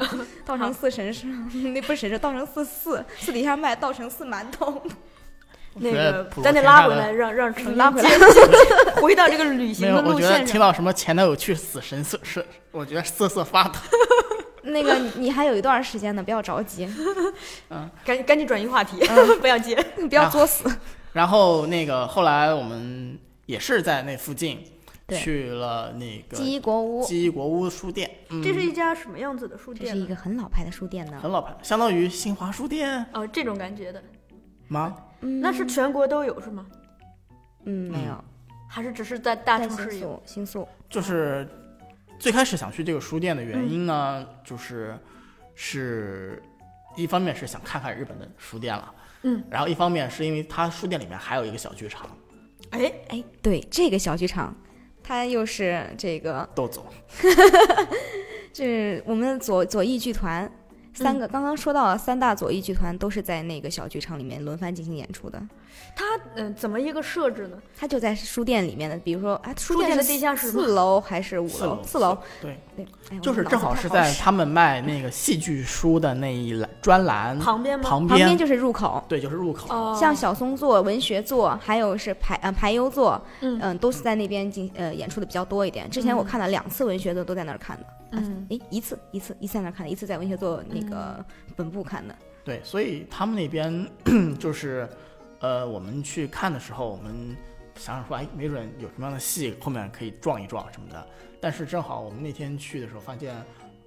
Speaker 3: 稻城寺神社，那不是神社，稻城寺寺寺底下卖稻城寺馒头。
Speaker 2: 那
Speaker 4: 觉
Speaker 2: 个
Speaker 4: 得普罗
Speaker 2: 咱得
Speaker 4: 天
Speaker 2: 拉
Speaker 4: 下
Speaker 2: 回
Speaker 4: 的嗯
Speaker 2: 来，让让成
Speaker 3: 拉回来，
Speaker 2: 回到这个旅
Speaker 4: 没
Speaker 2: 行
Speaker 4: 有，
Speaker 2: 的
Speaker 4: 我
Speaker 2: 路
Speaker 4: 觉得
Speaker 2: 线
Speaker 4: 听
Speaker 2: 上。
Speaker 4: 到什么前男友去死神社是，我觉得瑟瑟发抖。
Speaker 3: 那个你还有一段时间呢，不要着急，
Speaker 2: 赶赶紧转移话题，
Speaker 4: 嗯
Speaker 2: 不要接。
Speaker 3: 不要作死。
Speaker 4: 然后那个后来我们也是在那附近
Speaker 3: 对
Speaker 4: 去了那个
Speaker 3: 记忆国屋，
Speaker 4: 记忆国屋书店，嗯，
Speaker 2: 这是一家什么样子的书
Speaker 3: 这是
Speaker 2: 店
Speaker 3: 一
Speaker 2: 呢？
Speaker 3: 个很老牌的书店呢。
Speaker 4: 很老牌，相当于新华书店
Speaker 2: 哦，这种感觉的，
Speaker 4: 吗？
Speaker 2: 那是全国都有是吗？
Speaker 3: 嗯，没有，
Speaker 2: 还是只是在大
Speaker 3: 在
Speaker 2: 城市
Speaker 3: 新
Speaker 2: 有？
Speaker 3: 宿新宿。
Speaker 4: 就是最开始想去这个书店的
Speaker 3: 嗯
Speaker 4: 原因呢，就是是一方面是想看看日本的书店了，
Speaker 2: 嗯，
Speaker 4: 然后一方面是因为它书店里面还有一个小剧场，
Speaker 2: 哎，
Speaker 3: 哎，对，这个小剧场，它又是这个，
Speaker 4: 豆总，
Speaker 3: 这是我们左左翼剧团三
Speaker 2: 嗯
Speaker 3: 个、刚刚说到了三大左翼剧团都是在那个小剧场里面轮番进行演出的。
Speaker 2: 它嗯、呃怎么一个设置呢？
Speaker 3: 它就在书店里面的，比如说啊，
Speaker 2: 书店
Speaker 3: 是
Speaker 2: 的地下室吗
Speaker 3: 四楼还是五
Speaker 4: 四楼，
Speaker 3: 四楼，，
Speaker 4: 对，
Speaker 3: 对，哎呀、
Speaker 4: 就是
Speaker 3: 我脑子
Speaker 4: 正好
Speaker 3: 不
Speaker 4: 是
Speaker 3: 太
Speaker 4: 在
Speaker 3: 使
Speaker 4: 他们卖那个戏剧书的那一栏专栏
Speaker 2: 旁边吗？
Speaker 4: 旁
Speaker 3: 旁边
Speaker 4: 边，
Speaker 3: 就是入口。
Speaker 4: 对，就是入口，
Speaker 2: 哦，
Speaker 3: 像小松座、文学座，还有是排呃排优座，
Speaker 2: 嗯
Speaker 3: 都是在那边进呃演出的比较多一点。之前我看了两次文学座都在那儿看的，
Speaker 2: 嗯，
Speaker 3: 诶，一次一次一次在那儿看的，一次在文学座那个
Speaker 2: 嗯
Speaker 3: 本部看的。
Speaker 4: 对，所以他们那边 就是，呃，我们去看的时候，我们想想说，哎，没准有什么样的戏后面可以撞一撞什么的。但是正好我们那天去的时候发现，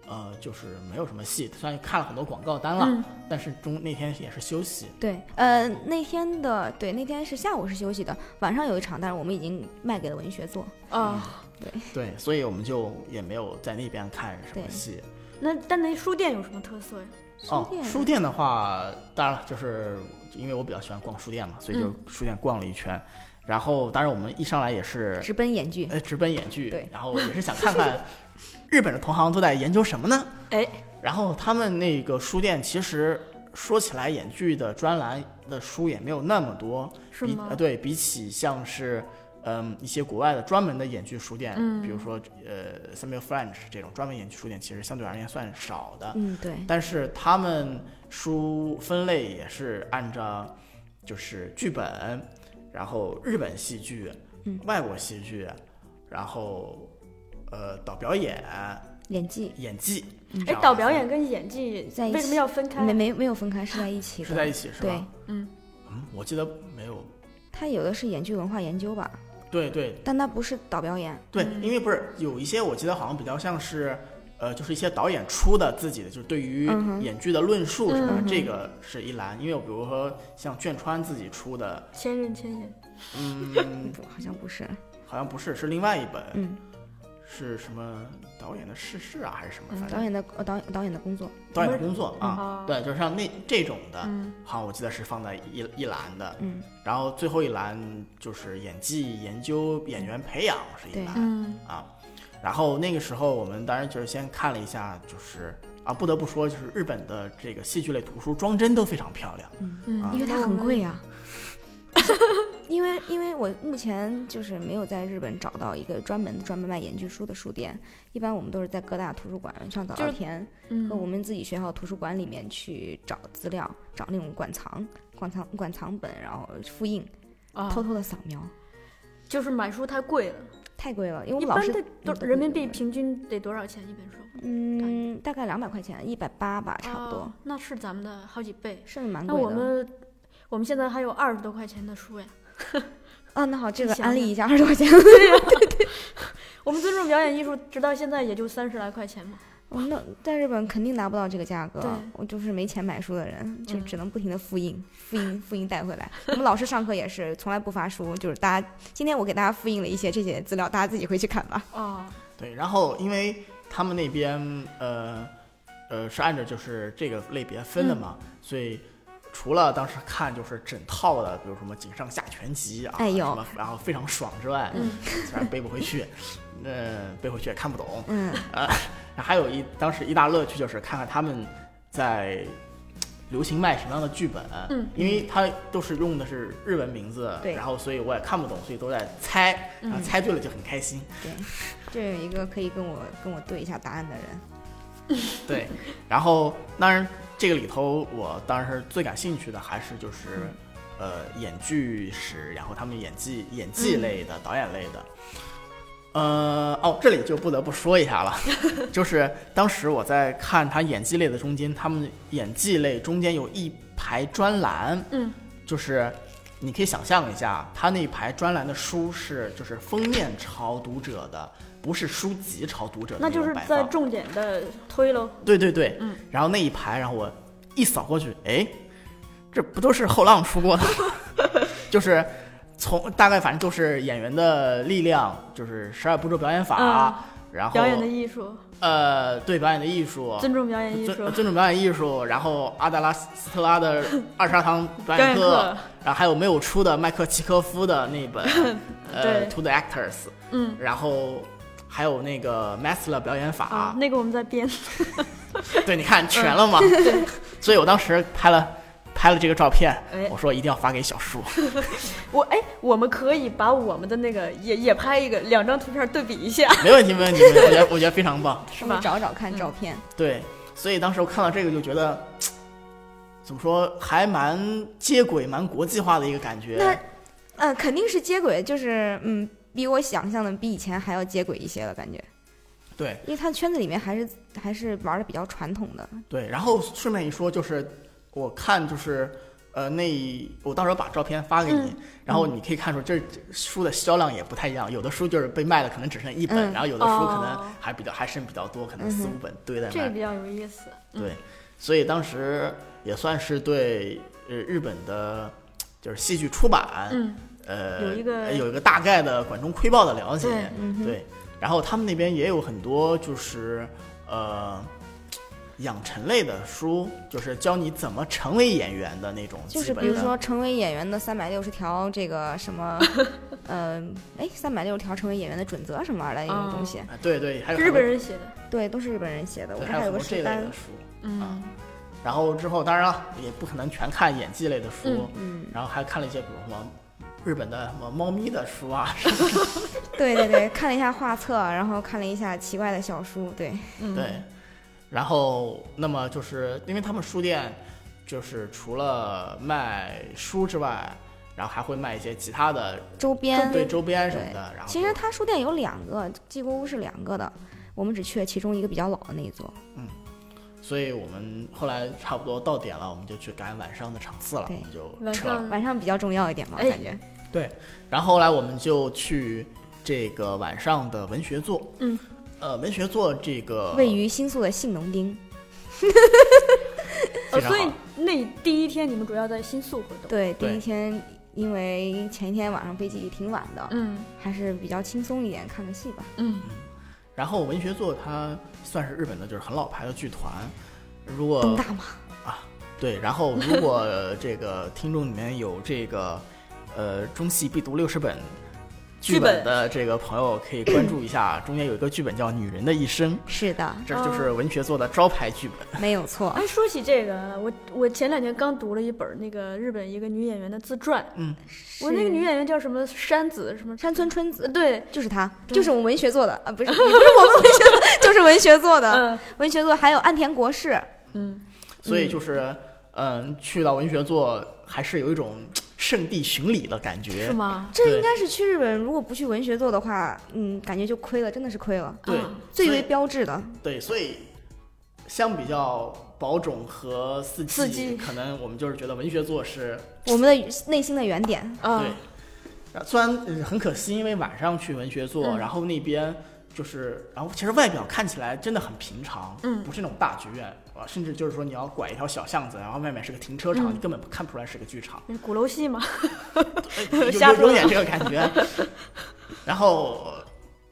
Speaker 4: 呃，就是没有什么戏，虽然看了很多广告单了，
Speaker 2: 嗯
Speaker 4: 但是中那天也是休息，
Speaker 3: 对，呃，那天的对，那天是下午是休息的，晚上有一场，但是我们已经卖给了文学座。
Speaker 2: 哦，
Speaker 4: 对，所以我们就也没有在那边看什么
Speaker 3: 对
Speaker 4: 戏。
Speaker 2: 那但那书店有什么特色呀？
Speaker 4: 哦
Speaker 3: 店，
Speaker 4: 书店的话，当然了，就是因为我比较喜欢逛书店嘛，所以就书店逛了一圈。然后，当然我们一上来也是
Speaker 3: 直奔演剧，
Speaker 4: 呃，直奔演剧，
Speaker 3: 对
Speaker 4: 然后也是想看看日本的同行都在研究什么呢？
Speaker 2: 哎，
Speaker 4: 然后他们那个书店其实说起来，演剧的专栏的书也没有那么多，
Speaker 2: 是
Speaker 4: 比
Speaker 2: 吗
Speaker 4: 呃，对比起像是嗯一些国外的专门的演剧书店，
Speaker 2: 嗯
Speaker 4: 比如说呃 Samuel French 这种专门演剧书店，其实相对而言算少的。
Speaker 3: 嗯，对，
Speaker 4: 但是他们书分类也是按照就是剧本，然后日本戏剧、
Speaker 3: 嗯
Speaker 4: 外国戏剧，然后呃导表演、
Speaker 3: 演技
Speaker 4: 演技。
Speaker 3: 嗯
Speaker 2: 哎，导表演跟演技
Speaker 3: 在一
Speaker 2: 为什么
Speaker 3: 起
Speaker 2: 要分开？
Speaker 3: 没没没有分开，是在一起的。
Speaker 4: 是在一起是吧？
Speaker 3: 对，
Speaker 2: 嗯
Speaker 4: 嗯，我记得没有。
Speaker 3: 它有的是演剧文化研究吧，
Speaker 4: 对对
Speaker 3: 但它不是导表演。
Speaker 4: 对，因为不是有一些我记得好像比较像是。呃，就是一些导演出的自己的，就是对于
Speaker 3: 嗯哼嗯
Speaker 4: 演剧的论述什么的，这个是一栏。因为我比如说像卷川自己 出的，
Speaker 2: 千人千眼，
Speaker 4: 嗯，
Speaker 3: 不，好像不是。
Speaker 4: 好像不是，是另外一本，
Speaker 3: 嗯
Speaker 4: 是什么导演的逝世啊，还是什么？
Speaker 3: 嗯，
Speaker 4: 反
Speaker 3: 导
Speaker 4: 正
Speaker 3: 演的呃导演导演的嗯工作。
Speaker 4: 导演的工作啊
Speaker 2: 哦，
Speaker 4: 对，就是像那这种的，好像我记得是放在一一栏的，
Speaker 3: 嗯，
Speaker 4: 然后最后一栏就是演技研究、演员培养是一栏
Speaker 2: 嗯
Speaker 4: 啊。然后那个时候我们当然就是先看了一下，就是啊，不得不说，就是日本的这个戏剧类图书装帧都非常漂亮，
Speaker 2: 嗯
Speaker 4: 啊
Speaker 3: 因为它很贵啊。 因为因为我目前就是没有在日本找到一个专门专门卖研究书的书店，一般我们都是在各大图书馆上早
Speaker 2: 就是
Speaker 3: 稻田
Speaker 2: 嗯
Speaker 3: 和我们自己学校图书馆里面去找资料，找那种馆藏、馆藏、馆藏本，然后复印，
Speaker 2: 啊，
Speaker 3: 偷偷的扫描，
Speaker 2: 就是买书太贵了，
Speaker 3: 太贵了，因为我
Speaker 2: 一
Speaker 3: 们老
Speaker 2: 般
Speaker 3: 师
Speaker 2: 得
Speaker 3: 嗯
Speaker 2: 多
Speaker 3: 都
Speaker 2: 人民
Speaker 3: 会
Speaker 2: 币
Speaker 3: 有
Speaker 2: 平均得多少钱一本书？
Speaker 3: 嗯大概两百块钱，一百八吧，差不多
Speaker 2: 哦，那是咱们的好几倍。
Speaker 3: 甚至蛮
Speaker 2: 那
Speaker 3: 贵
Speaker 2: 我
Speaker 3: 的。
Speaker 2: 们我们现在还有二十多块钱的书哎。
Speaker 3: 啊，那好，这
Speaker 2: 你
Speaker 3: 个
Speaker 2: 想
Speaker 3: 安利
Speaker 2: 想
Speaker 3: 一下，二十多块钱。
Speaker 2: 我们尊重表演艺术，直到现在也就三十来块钱嘛。
Speaker 3: 我哦那在日本肯定拿不到这个价格
Speaker 2: 对，
Speaker 3: 我就是没钱买书的人，就
Speaker 2: 嗯
Speaker 3: 只能不停的复印、复印、复印带回来。我们老师上课也是从来不发书，就是大家今天我给大家复印了一些这些资料，大家自己回去看吧。
Speaker 2: 哦，
Speaker 4: 对，然后因为他们那边呃呃是按照就是这个类别
Speaker 3: 嗯
Speaker 4: 分的嘛，所以除了当时看就是整套的，比如什么《井上下全集》啊，
Speaker 3: 哎呦
Speaker 4: 什么然后非常爽之外，
Speaker 2: 嗯
Speaker 4: 虽然背不回去，呃背回去也看不懂。呃
Speaker 3: 嗯，
Speaker 4: 还有一当时一大乐趣就是看看他们在。流行卖什么样的剧本？
Speaker 2: 嗯，
Speaker 4: 因为它都是用的是日文名字，
Speaker 3: 对嗯
Speaker 4: 然后所以我也看不懂，所以都在猜，然后猜对了就很开心。
Speaker 3: 这有一个可以跟我跟我对一下答案的人，
Speaker 4: 对，然后当然这个里头，我当时最感兴趣的还是就是，呃，演剧史，然后他们演技、演技类
Speaker 2: 嗯
Speaker 4: 的、导演类的。呃，哦，这里就不得不说 一下了，就是当时我在看他演技类的中间，他们演技类中间有一排专栏，
Speaker 2: 嗯，
Speaker 4: 就是你可以想象一下，他那排专栏的书是就是封面朝读者的，不是书籍朝读者的
Speaker 2: 那
Speaker 4: 种
Speaker 2: 就是
Speaker 4: 摆
Speaker 2: 在
Speaker 4: 放
Speaker 2: 重点的推喽。
Speaker 4: 对对对，
Speaker 2: 嗯
Speaker 4: 然后那一排，然后我一扫过去，哎，这不都是后浪 出过的吗？就是从大概反正就是演员的力量，就是十二步骤表演法，
Speaker 2: 啊
Speaker 4: 然后
Speaker 2: 表演的艺术，
Speaker 3: 哦
Speaker 4: 呃对表演的艺术，
Speaker 2: 尊重表演艺
Speaker 4: 尊
Speaker 2: 术，
Speaker 4: 尊重表演艺术，然后阿达拉斯特 拉的二十二堂表
Speaker 2: 表
Speaker 4: 演
Speaker 2: 演
Speaker 4: 课
Speaker 2: 课，，
Speaker 4: 然后还有没有出的麦克契科夫的那 本呃
Speaker 2: 对
Speaker 4: To the Actors，
Speaker 2: 嗯，
Speaker 4: 然后还有那个 Masler 表演法。
Speaker 2: 啊，那个我们在编，
Speaker 4: 对，你看全了嘛。
Speaker 2: 嗯
Speaker 4: 所以我当时拍了拍了这个照片
Speaker 2: 哎，
Speaker 4: 我说一定要发给小叔。
Speaker 2: 我哎，我们可以把我们的那个也也拍一个，两张图片对比一下，
Speaker 4: 没问题，没问题，没问题我觉得我觉得非常棒。
Speaker 3: 是
Speaker 2: 吧
Speaker 3: 找找看照片，
Speaker 4: 对，所以当时我看到这个就觉得，怎么说，还蛮接轨、蛮国际化的一个感
Speaker 3: 那
Speaker 4: 觉。
Speaker 3: 呃肯定是接轨，就是嗯比我想象的比以前还要接轨一些了感觉，
Speaker 4: 对
Speaker 3: 因为他圈子里面还是还是玩的比较传统的，
Speaker 4: 对，然后顺便一说，就是我看就是。呃，那我到时候把照片发给
Speaker 2: 嗯
Speaker 4: 你，然后你可以看出这这书的销量也不太一样，有的书就是被卖的可能只剩一本，
Speaker 3: 嗯
Speaker 4: 然后有的书可
Speaker 2: 哦嗯
Speaker 4: 能还比较还剩比较多，可能四五本堆在那儿。
Speaker 2: 这个比较有意思。
Speaker 4: 对，所以当时也算是对呃日本的，就是戏剧出版，
Speaker 2: 嗯，
Speaker 4: 呃，
Speaker 2: 有一个
Speaker 4: 呃有一个大概的管中窥豹的了解，
Speaker 2: 对
Speaker 3: 嗯哼
Speaker 4: 对然后他们那边也有很多就是呃养成类的书，就是教你怎么成为演员的那种基
Speaker 3: 就
Speaker 4: 本
Speaker 3: 是
Speaker 4: 的，
Speaker 3: 比如说成为演员的三百六十条这个什 么，呃，哎，三百六十条成为演员的准则什么玩意儿的那种东西，
Speaker 4: 啊，对对，还有
Speaker 2: 日
Speaker 4: 很多
Speaker 2: 本人写的，
Speaker 3: 对，都是日本人写的。我
Speaker 4: 对，
Speaker 3: 这
Speaker 4: 还
Speaker 3: 有
Speaker 4: 有
Speaker 3: 个
Speaker 4: 很多
Speaker 3: 书
Speaker 4: 这类
Speaker 3: 单
Speaker 4: 的，书。啊
Speaker 2: 嗯，
Speaker 4: 然后之后，当然了，也不可能全看演技类的书，
Speaker 3: 嗯，
Speaker 4: 然后还看了一些，比如什么日本的什么猫咪的 书啊，
Speaker 3: 对对对，看了一下画册，然后看了一下奇怪的小 书，对，
Speaker 4: 对，然后那么就是因为他们书店就是除了卖书之外，然后还会卖一些其他的
Speaker 3: 周边。
Speaker 4: 对周边什么
Speaker 3: 对
Speaker 4: 的。然后
Speaker 3: 其实他书店有两个，纪国屋是两个的，我们只去了其中一个比较老的那一座。
Speaker 4: 所以我们后来差不多到点了，我们就去赶晚上的场次了，我
Speaker 3: 对
Speaker 4: 们就
Speaker 2: 晚
Speaker 4: 撤了。
Speaker 2: 上
Speaker 3: 晚上比较重要一点嘛，我
Speaker 2: 哎
Speaker 3: 感觉。
Speaker 4: 对，然后后来我们就去这个晚上的文学座。
Speaker 2: 嗯。
Speaker 4: 呃，文学座这个
Speaker 3: 位于新宿的信浓町，
Speaker 4: 非
Speaker 2: 呃，
Speaker 4: 常
Speaker 3: 哦
Speaker 4: 好
Speaker 2: 所以那第一天你们主要在新宿活动，
Speaker 3: 对，第
Speaker 4: 对
Speaker 3: 一天因为前一天晚上飞机挺晚的，
Speaker 2: 嗯
Speaker 3: 还是比较轻松一点，看个戏吧。
Speaker 2: 嗯，
Speaker 4: 然后文学座它算是日本的，就是很老牌的剧团。如果
Speaker 3: 东大嘛，
Speaker 4: 对，然后如果 呃这个听众里面有这个呃中戏必读六十本剧
Speaker 2: 剧本
Speaker 4: 本的这个朋友可以关注一下，中间有一个剧本叫《女人的一生》，
Speaker 3: 是的，
Speaker 4: 这就是
Speaker 3: 哦
Speaker 4: 文学做的招牌剧本。
Speaker 3: 没有错
Speaker 2: 哎，。说起这个，我我前两天刚读了一本那个日本一个女演员的自传，我那个女演员叫什么山子什么，
Speaker 3: 山村春子，
Speaker 2: 呃对，
Speaker 3: 就是她，就是我们文学做的啊， 不是也不是我们文学做的，就是文学做的，
Speaker 2: 嗯
Speaker 3: 文学做还有岸田国士，
Speaker 2: 嗯，
Speaker 4: 所以就是，嗯，去到文学座还是有一种圣地巡礼的感觉。
Speaker 2: 是？吗？
Speaker 3: 这
Speaker 4: 对
Speaker 3: 应该是去日本，如果不去文学做的话，嗯，感觉就亏了，真的是亏了，
Speaker 4: 对
Speaker 2: 嗯，
Speaker 3: 最
Speaker 4: 所以
Speaker 3: 为标志的。
Speaker 4: 对，所以相比较宝冢和四季，
Speaker 2: 四季
Speaker 4: 可能我们就是觉得文学座是、
Speaker 3: 我们的内心的原点，
Speaker 2: 啊
Speaker 4: 对。啊虽然呃很可惜，因为晚上去文学座，
Speaker 2: 嗯
Speaker 4: 然后那边就是，然后其实外表看起来真的很平常，
Speaker 2: 嗯
Speaker 4: 不是那种大剧院啊，甚至就是说你要拐一条小巷子，然后外面是个停车场，
Speaker 2: 嗯
Speaker 4: 你根本看不出来是个剧场。
Speaker 2: 那是鼓楼戏嘛，
Speaker 4: 有
Speaker 2: 呃瞎
Speaker 4: 有
Speaker 2: 说
Speaker 4: 有点这个感觉。然后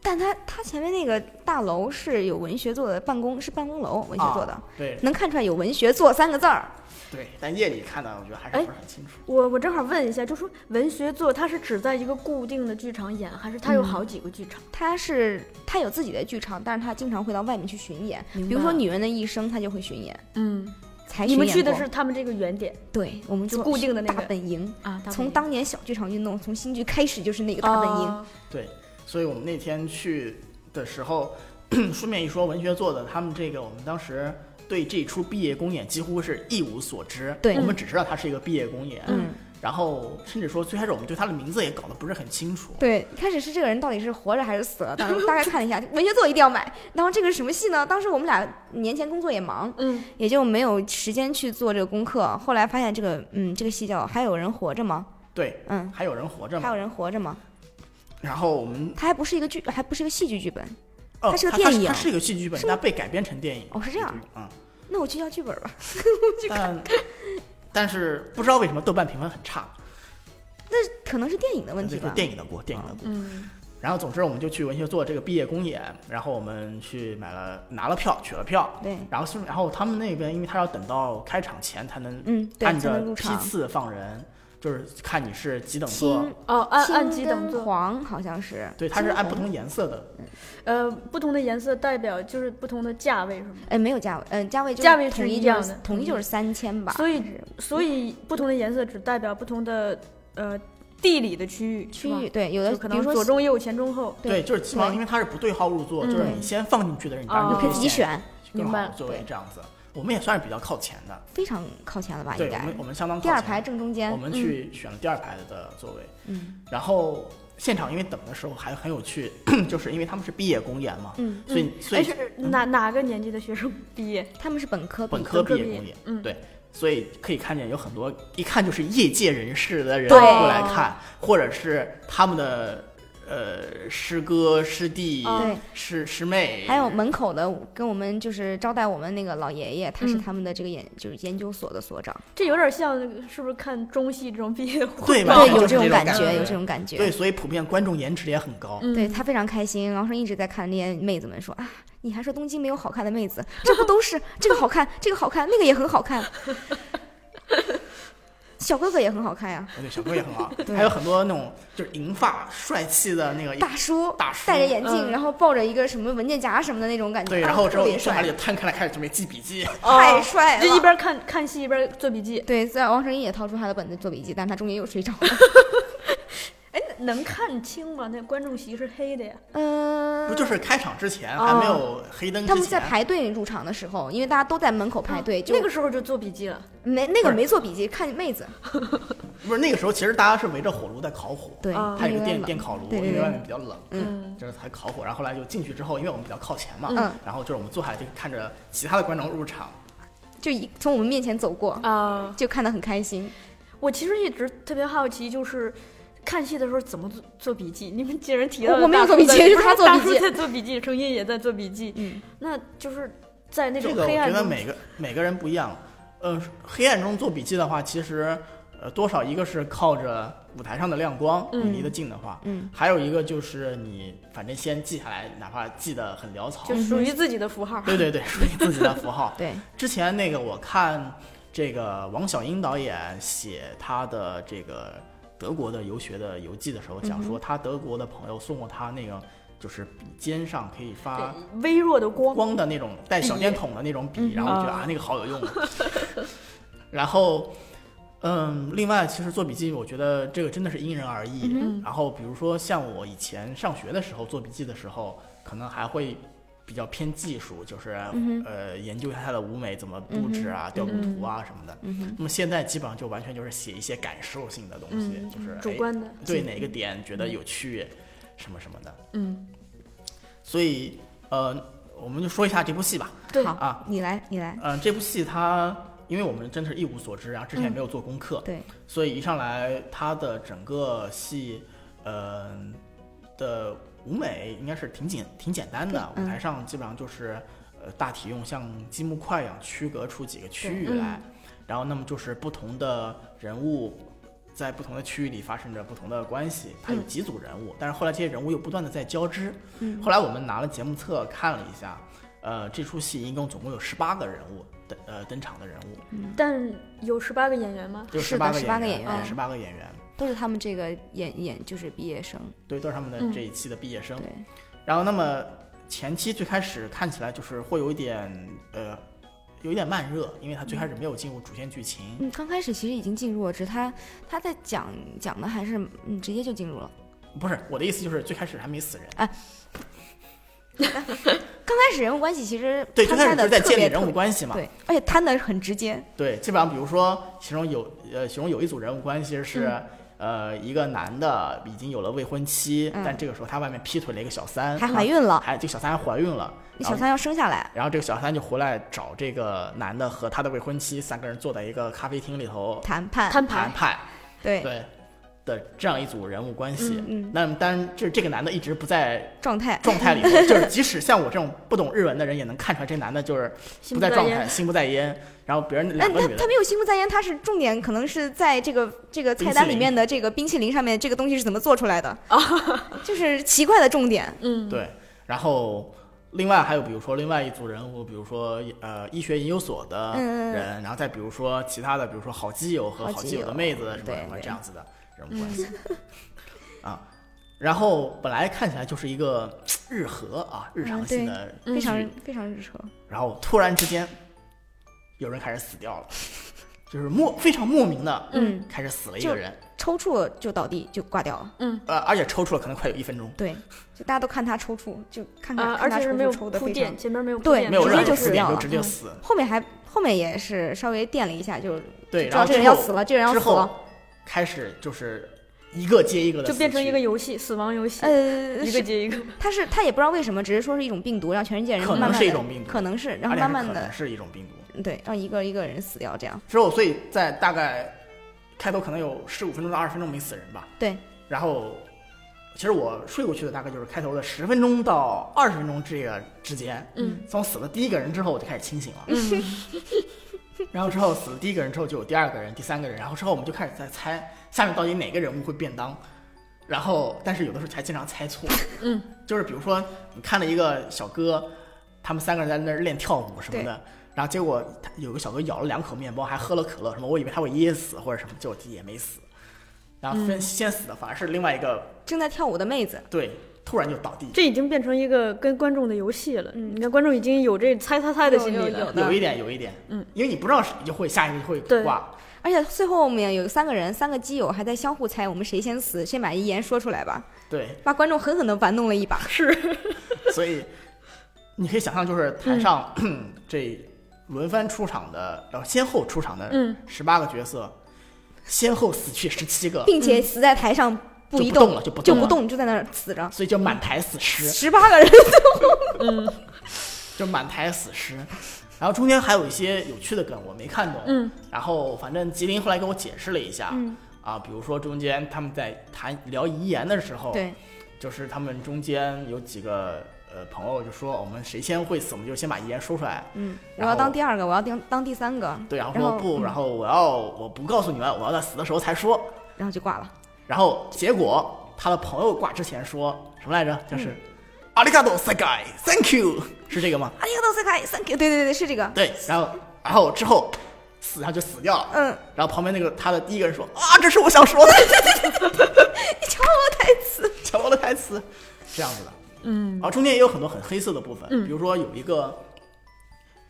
Speaker 3: 但它它前面那个大楼是有文学做的办公，是办公楼文学做的，
Speaker 4: 啊对
Speaker 2: 嗯
Speaker 3: 能看出来有文学做三个字儿。
Speaker 4: 对，但夜里看呢，我觉得还是不是很清楚。
Speaker 2: 我我正好问一下，就说文学作它是只在一个固定的剧场演，还是它有好几个剧场？
Speaker 3: 他是他有自己的剧场，但是他经常会到外面去巡演，
Speaker 2: 明白
Speaker 3: 比如说《女人的一生》，他就会巡演，
Speaker 2: 嗯，
Speaker 3: 才
Speaker 2: 你们
Speaker 3: 巡
Speaker 2: 去
Speaker 3: 演
Speaker 2: 的
Speaker 3: 过
Speaker 2: 是他们这个原点
Speaker 3: 对，我们
Speaker 2: 就
Speaker 3: 做
Speaker 2: 固定的那
Speaker 3: 大
Speaker 2: 个
Speaker 3: 本营，
Speaker 2: 啊，大本
Speaker 3: 从
Speaker 2: 营
Speaker 3: 当年小剧场运动，从新剧开始就是那个大本营。
Speaker 2: 啊
Speaker 4: 对，所以我们那天去的时候， 顺便一说，文学做的他们这个，我们当时对这出毕业公演几乎是一无所知。
Speaker 3: 对
Speaker 4: 我们只知道它是一个毕业公演。
Speaker 3: 嗯，
Speaker 4: 然后甚至说最开始我们对它的名字也搞得不是很清楚。
Speaker 3: 对，一开始是这个人到底是活着还是死了，当时大概看了一下，文学作一定要买。然后这个是什么戏呢？当时我们俩年前工作也忙，
Speaker 2: 嗯，
Speaker 3: 也就没有时间去做这个功课。后来发现这个，嗯，这个戏叫《还有人活着吗》？
Speaker 4: 对，
Speaker 3: 嗯，
Speaker 4: 还有人活着
Speaker 3: 还
Speaker 4: 嘛
Speaker 3: 有？人活着吗？
Speaker 4: 然后我们
Speaker 3: 它还不是一个剧，还不是一个戏剧剧本。
Speaker 4: 哦，
Speaker 3: 它是个
Speaker 4: 它
Speaker 3: 电影
Speaker 4: 它是一个戏剧本，
Speaker 3: 是吗
Speaker 4: 它被改编成电影。
Speaker 3: 哦是这样。
Speaker 4: 嗯，
Speaker 3: 那我去要剧本吧。
Speaker 4: 但但是不知道为什么豆瓣评分很差，
Speaker 3: 可能是电影的问
Speaker 4: 这
Speaker 3: 题
Speaker 4: 个
Speaker 3: 吧。
Speaker 4: 电影的锅，电影的锅。
Speaker 2: 嗯
Speaker 4: 然后总之我们就去文学座这个毕业公演，然后我们去买了拿了票，取了票。
Speaker 3: 对
Speaker 4: 然后是然后他们那边，因为他要等到开场前才能
Speaker 3: 嗯对
Speaker 4: 按
Speaker 3: 才
Speaker 4: 照
Speaker 3: 能入
Speaker 4: 批
Speaker 3: 场
Speaker 4: 次放人，就是看你是几等座
Speaker 3: 青。
Speaker 2: 哦，按按几
Speaker 3: 青
Speaker 2: 等
Speaker 3: 跟
Speaker 2: 座，
Speaker 3: 黄好像是。
Speaker 4: 对，它是按不
Speaker 3: 青红。
Speaker 4: 同颜色的，
Speaker 2: 呃，不同的颜色代表就是不同的价位，是吗？
Speaker 3: 哎，没有价位，嗯、价位就是
Speaker 2: 价位是
Speaker 3: 统一
Speaker 2: 一
Speaker 3: 就
Speaker 2: 样
Speaker 3: 是
Speaker 2: 的嗯
Speaker 3: 统一就是三千吧。
Speaker 2: 所以
Speaker 3: 还是
Speaker 2: 所以不同的颜色只代表不同的呃地理的区域，
Speaker 3: 区
Speaker 2: 是吧
Speaker 3: 域对有的，
Speaker 2: 就可
Speaker 3: 比
Speaker 2: 能
Speaker 3: 如说
Speaker 2: 左中右前中后。
Speaker 3: 对
Speaker 4: 对，就是基本上因为它是不对号入座，就是
Speaker 3: 嗯
Speaker 4: 你先放进去的人，你当
Speaker 2: 哦
Speaker 4: 然
Speaker 3: 你
Speaker 4: 就
Speaker 3: 可以
Speaker 2: 以
Speaker 3: 自己选，
Speaker 4: 更
Speaker 2: 明白
Speaker 4: 好
Speaker 2: 了
Speaker 4: 的座位
Speaker 2: 对
Speaker 4: 这样子。我们也算是比较靠前的，
Speaker 3: 非常靠前了吧？应
Speaker 4: 对，我
Speaker 3: 该
Speaker 4: 们我们相当靠
Speaker 3: 第二
Speaker 4: 前
Speaker 3: 排正中间。
Speaker 4: 我们去选了第二排的座位，
Speaker 3: 嗯，
Speaker 4: 然后现场因为等的时候还很有趣， 就是因为他们是毕业公演嘛，
Speaker 3: 嗯，
Speaker 4: 所以所
Speaker 2: 哎，
Speaker 4: 以
Speaker 2: 是哪哪个年级的学生毕业？
Speaker 3: 他们是本科毕
Speaker 4: 嗯本
Speaker 3: 业
Speaker 4: 科
Speaker 2: 本科
Speaker 4: 毕业
Speaker 2: 毕业
Speaker 4: 公演，
Speaker 2: 嗯
Speaker 4: 对，所以可以看见有很多一看就是业界人士的人
Speaker 3: 对
Speaker 4: 过来看，或者是他们的呃师哥师弟、
Speaker 3: 对
Speaker 4: 师师妹，
Speaker 3: 哦还有门口的跟我们就是招待我们那个老爷爷，他是
Speaker 2: 嗯
Speaker 3: 他们的这个研就是研究所的所长，
Speaker 2: 这有点像那个，是不是看中戏这种毕业活
Speaker 4: 对
Speaker 2: 动？
Speaker 4: 吧
Speaker 3: 对，
Speaker 4: 就
Speaker 3: 有
Speaker 4: 是
Speaker 3: 这种
Speaker 4: 这种
Speaker 3: 感
Speaker 4: 感
Speaker 3: 觉，
Speaker 4: 觉
Speaker 3: 有这种感觉。
Speaker 4: 对，所以普遍观众颜值也很高。
Speaker 2: 嗯
Speaker 3: 对他非常开心，然后一直在看那些妹子们说啊，你还说东京没有好看的妹子，这不都是这个好看，这个好看，那个也很 好看，小哥哥也很好看呀，
Speaker 4: 对，小哥也很好
Speaker 3: ，对
Speaker 4: 还有很多那种就是银发帅气的那个
Speaker 3: 大叔，
Speaker 4: 哎大叔
Speaker 3: 戴着眼镜，
Speaker 2: 嗯
Speaker 3: 然后抱着一个什么文件夹什么的那种感觉，
Speaker 4: 对，
Speaker 3: 啊
Speaker 4: 然后之
Speaker 3: 特
Speaker 4: 后
Speaker 3: 别
Speaker 4: 从哪
Speaker 3: 帅啊
Speaker 4: 里，就摊开来开始准备记笔记，
Speaker 2: 哦
Speaker 3: 太帅了，
Speaker 2: 就一边看看戏一边做笔记。
Speaker 3: 对，虽然王成义也掏出他的本子做笔记，但他中间又睡着了。
Speaker 2: 哎，能看清吗？那观众席是黑的呀。
Speaker 3: 嗯、
Speaker 4: 不就是开场之前还没有黑灯
Speaker 3: 哦
Speaker 4: 之前，
Speaker 3: 他们在排队入场的时候，因为大家都在门口排队，就
Speaker 2: 那个时候就做笔记了。
Speaker 3: 没那
Speaker 4: 不
Speaker 3: 个
Speaker 4: 是
Speaker 3: 没做笔记，看妹子，
Speaker 4: 不是那个时候，其实大家是围着火炉在烤火，
Speaker 3: 对，哦
Speaker 2: 啊
Speaker 4: 它有个
Speaker 3: 因为
Speaker 4: 电
Speaker 3: 冷
Speaker 4: 电烤炉，
Speaker 3: 对对
Speaker 4: 因为
Speaker 3: 对
Speaker 4: 外面比较冷，
Speaker 2: 嗯，
Speaker 4: 就是还烤火。然后后来就进去之后，因为我们比较靠前嘛，
Speaker 3: 嗯
Speaker 4: 然后就是我们坐下来就看着其他的观众入场，
Speaker 3: 就一从我们面前走过，
Speaker 2: 啊，
Speaker 3: 就看得很开心。
Speaker 2: 我其实一直特别好奇，就是看戏的时候怎么做做笔记。你们既然提到
Speaker 3: 我我没有
Speaker 2: 大叔
Speaker 3: 做笔记
Speaker 2: 在
Speaker 3: 是他做笔
Speaker 2: 大
Speaker 3: 记
Speaker 2: 叔在做笔记，程音也在做笔记。
Speaker 3: 嗯，
Speaker 2: 那就是在那
Speaker 4: 这
Speaker 2: 种
Speaker 4: 个我
Speaker 2: 黑
Speaker 4: 觉
Speaker 2: 暗
Speaker 4: 得
Speaker 2: 中，
Speaker 4: 每个每个人不一样。呃，黑暗中做笔记的话，其实呃多少一个是靠着舞台上的亮光，你离得近的话，
Speaker 3: 嗯，
Speaker 4: 还有一个就是你反正先记下来，哪怕记得很潦草
Speaker 2: 就，
Speaker 3: 嗯
Speaker 2: 属于自己的符号。
Speaker 4: 对对 对，属于自己的符号。
Speaker 3: 对，
Speaker 4: 之前那个我看这个王小英导演写他的这个德国的游学的游记的时候，讲说他德国的朋友送过他那个就是笔尖上可以发
Speaker 2: 微弱的光，
Speaker 4: 光的那种带小电筒的那种笔，然后我觉得啊那个好有用。然后，嗯，另外其实做笔记，我觉得这个真的是因人而
Speaker 2: 嗯
Speaker 4: 异。然后比如说像我以前上学的时候做笔记的时候，可能还会。比较偏技术，就是、
Speaker 2: 嗯
Speaker 4: 呃研究一下它的舞美怎么布置啊、调度图啊什么的。
Speaker 2: 嗯
Speaker 4: 那么现在基本上就完全就是写一些感受性的东西，就是
Speaker 2: 嗯主
Speaker 4: 哎
Speaker 2: 观的嗯
Speaker 4: 对哪个点觉得有趣，什么什么的。
Speaker 3: 嗯，
Speaker 4: 所以呃，我们就说一下这部戏吧。
Speaker 2: 对
Speaker 3: 好
Speaker 4: 啊
Speaker 3: 你来，你来，
Speaker 4: 嗯、这部戏它因为我们真的是一无所知，然后
Speaker 2: 嗯
Speaker 4: 之前也没有做功课，
Speaker 3: 对，
Speaker 4: 所以一上来它的整个戏，嗯、的舞美应该是挺简挺简单的，
Speaker 3: 嗯
Speaker 4: 舞台上基本上就是呃大体用像积木块一样区隔出几个区域
Speaker 3: 嗯
Speaker 4: 来，然后那么就是不同的人物。在不同的区域里发生着不同的关系，
Speaker 3: 嗯
Speaker 4: 它有几组人物，但是后来这些人物又不断的在交织。
Speaker 3: 嗯
Speaker 4: 后来我们拿了节目册看了一下，呃，这出戏一共总共有十八个人物登呃登场的人物，
Speaker 2: 但有十八个演员吗？
Speaker 4: 就是十
Speaker 3: 嗯的
Speaker 4: 八个
Speaker 3: 18个演员
Speaker 4: 十八个演员，
Speaker 3: 都是他们这个演演就是毕业生，
Speaker 4: 对，都是他们的这一期的毕业生
Speaker 3: 嗯对。，
Speaker 4: 然后，那么前期最开始看起来就是会有一点呃，有一点慢热，因为他最开始没有进入主线剧情。
Speaker 3: 嗯，刚开始其实已经进入了，只是他他在讲讲的还是嗯直接就进入了。
Speaker 4: 不是我的意思，就是最开始还没死人。
Speaker 3: 刚开始人物关系其实
Speaker 4: 对，
Speaker 3: 他
Speaker 4: 最
Speaker 3: 开
Speaker 4: 开始
Speaker 3: 的
Speaker 4: 是在
Speaker 3: 特
Speaker 4: 建立
Speaker 3: 别
Speaker 4: 人
Speaker 3: 特
Speaker 4: 物
Speaker 3: 别
Speaker 4: 关系嘛。
Speaker 3: 对，而且摊的很直接，
Speaker 4: 对，基本上比如说，其中有呃，其中有一组人物关系是、
Speaker 3: 嗯
Speaker 4: 呃，一个男的已经有了未婚妻，
Speaker 3: 嗯
Speaker 4: 但这个时候他外面劈腿了一个小三，
Speaker 3: 还怀孕了，
Speaker 4: 还这个小三还怀孕了，
Speaker 3: 那小
Speaker 4: 然后
Speaker 3: 三要生下来，
Speaker 4: 然后这个小三就回来找这个男的和他的未婚妻三个人坐在一个咖啡厅里头
Speaker 3: 谈判，
Speaker 2: 摊
Speaker 4: 谈
Speaker 2: 牌，
Speaker 4: 判，
Speaker 3: 对
Speaker 4: 对的这样一组人物关系。
Speaker 3: 嗯嗯
Speaker 4: 那么当然，就是这个男的一直不在
Speaker 3: 状态，
Speaker 4: 状态里头， 就是即使像我这种不懂日文的人也能看出来，这男的就是
Speaker 2: 心不
Speaker 4: 不在
Speaker 2: 在
Speaker 4: 状
Speaker 2: 焉
Speaker 4: 态，心不在焉。然后别人
Speaker 3: 但
Speaker 4: 两个
Speaker 3: 他
Speaker 4: 女
Speaker 3: 他
Speaker 4: 的，
Speaker 3: 没有心不在焉，他是重点可能是在这个这个菜
Speaker 4: 冰
Speaker 3: 单里
Speaker 4: 淇淋
Speaker 3: 面的这个冰淇淋上面这个东西是怎么做出 来的，
Speaker 2: 哦
Speaker 3: 就是奇怪的重点。
Speaker 2: 嗯，
Speaker 4: 对，然后。另外还有，比如说另外一组人物，比如说呃医学研究所的
Speaker 3: 嗯嗯嗯
Speaker 4: 人，然后再比如说其他的，比如说好基友和
Speaker 3: 好
Speaker 4: 好
Speaker 3: 基
Speaker 4: 基友的
Speaker 3: 友
Speaker 4: 妹子什么
Speaker 3: 对
Speaker 4: 什么
Speaker 3: 对嗯
Speaker 4: 这样子的人物 关系、啊。然后本来看起来就是一个日和啊日常
Speaker 3: 嗯
Speaker 4: 性
Speaker 3: 对
Speaker 4: 的
Speaker 2: 嗯
Speaker 3: 非常
Speaker 4: 是
Speaker 3: 非常日常，
Speaker 4: 然后突然之间，有人开始死掉了，就是莫非常莫名的，
Speaker 3: 嗯，
Speaker 4: 开始死了一
Speaker 3: 就
Speaker 4: 个人，
Speaker 3: 抽搐就倒地就挂掉了，
Speaker 4: 呃，而且抽搐了可能快有一分钟，
Speaker 3: 对，就大家都看他抽搐，就看看、
Speaker 2: 啊，
Speaker 3: 看
Speaker 2: 而
Speaker 3: 他
Speaker 2: 且
Speaker 3: 抽
Speaker 2: 是
Speaker 3: 搐
Speaker 2: 没有
Speaker 3: 抽的
Speaker 2: 铺
Speaker 3: 非常
Speaker 2: 垫，，前面没有铺
Speaker 3: 对
Speaker 2: 垫
Speaker 4: 没有
Speaker 3: 直
Speaker 4: 任
Speaker 3: 接
Speaker 4: 何
Speaker 3: 就
Speaker 4: 铺
Speaker 3: 死
Speaker 4: 垫，
Speaker 3: 掉
Speaker 4: 就
Speaker 3: 了
Speaker 4: 直接
Speaker 2: 嗯
Speaker 4: 死。
Speaker 3: 后面还后面也是稍微垫了一下，就
Speaker 4: 对，
Speaker 3: 知
Speaker 4: 然后
Speaker 3: 道
Speaker 4: 之
Speaker 3: 这个人要死了，这个人要
Speaker 4: 之
Speaker 3: 死了
Speaker 4: 后。开始就是一个接一个的，
Speaker 2: 就变成一个。游戏，死亡游戏，
Speaker 3: 呃，
Speaker 2: 一
Speaker 3: 是
Speaker 2: 个接一个。
Speaker 3: 他是他也不知道为什么，只是说是一种病毒，让全世界人
Speaker 4: 可能
Speaker 3: 慢慢
Speaker 4: 是一
Speaker 3: 地
Speaker 4: 种病毒
Speaker 3: 可能是，然
Speaker 4: 而
Speaker 3: 后
Speaker 4: 且是
Speaker 3: 慢慢
Speaker 4: 可
Speaker 3: 的
Speaker 4: 能是一种病毒。
Speaker 3: 对，让一个一个人死掉，这样
Speaker 4: 之后，所以在大概开头可能有十五分钟到二十分钟没死人吧。
Speaker 3: 对，
Speaker 4: 然后，其实我睡过去的大概就是开头的十分钟到二十分钟这个之间。
Speaker 2: 嗯，
Speaker 4: 从死了第一个人之后，我就开始清醒了。 然后之后死了第一个人之后，就有第二个人、第三个人，然后之后我们就开始在猜下面到底哪个人物会变当。然后，但是有的时候还经常猜错。
Speaker 2: 嗯，
Speaker 4: 就是比如说你看了一个小哥，他们三个人在那儿练跳舞什么的，然后结果他有个小哥咬了两口面包，还喝了可乐什么，我以为他会噎死或者什么，结果自己也没死。然后先先死的反而是另外一个
Speaker 3: 正在跳舞的妹子，
Speaker 4: 对，突然就倒地。
Speaker 2: 这已经变成一个跟观众的游戏了。嗯，你看观众已经有这猜猜猜的
Speaker 3: 有
Speaker 2: 心
Speaker 3: 有
Speaker 2: 理了
Speaker 3: 有。
Speaker 4: 有一点，有一点，嗯，因为你不知道是就会下一个会
Speaker 2: 对
Speaker 4: 挂，
Speaker 3: 而且最后面有三个人，三个基友还在相互猜我们谁先死，先把遗言说出来吧，
Speaker 4: 对，
Speaker 3: 把观众狠狠的玩弄了一把。
Speaker 4: 所以你可以想象，就是台上、 这轮番出场的，然后先后出场的
Speaker 2: 嗯
Speaker 4: 十八个角色，先后死去十七个，
Speaker 3: 并且死在台上不
Speaker 4: 就
Speaker 3: 移
Speaker 4: 不动了就不
Speaker 3: 就
Speaker 4: 动
Speaker 3: 不
Speaker 4: 了
Speaker 3: 动，就在那儿死着。
Speaker 4: 所以就满台死尸，
Speaker 3: 十八个人，
Speaker 4: 就满台死尸。然后中间还有一些有趣的梗，我没看懂。
Speaker 2: 嗯，
Speaker 4: 然后反正吉林后来给我解释了一下，
Speaker 2: 嗯
Speaker 4: 啊，比如说中间他们在谈聊遗言的时候，
Speaker 3: 对，
Speaker 4: 就是他们中间有几个呃朋友就说我们谁先会死，我们就先把遗言说出来。
Speaker 3: 嗯，我
Speaker 4: 然
Speaker 3: 要
Speaker 4: 后
Speaker 3: 当第二个，我要当当第三个，
Speaker 4: 对，然后
Speaker 3: 然
Speaker 4: 说
Speaker 3: 后
Speaker 4: 不，
Speaker 3: 嗯
Speaker 4: 然后我要我不告诉你们，我要在死的时候才说。
Speaker 3: 然后就挂了。
Speaker 4: 然后结果他的朋友挂之前说什么来着？就是
Speaker 3: 嗯
Speaker 4: 阿里嘎多塞盖，Thank you，是这个吗？
Speaker 3: 啊，一个都塞开，三个，对对对，是这个。
Speaker 4: 对，然后然后之后死，他就死掉了。
Speaker 3: 嗯，
Speaker 4: 然后旁边那个他的第一个人说啊，这是我想说的，
Speaker 3: 你抢我台词，
Speaker 4: 抢我的台词，这样子的。嗯，啊，中间也有很多很黑色的部分，
Speaker 3: 嗯
Speaker 4: 比如说有一个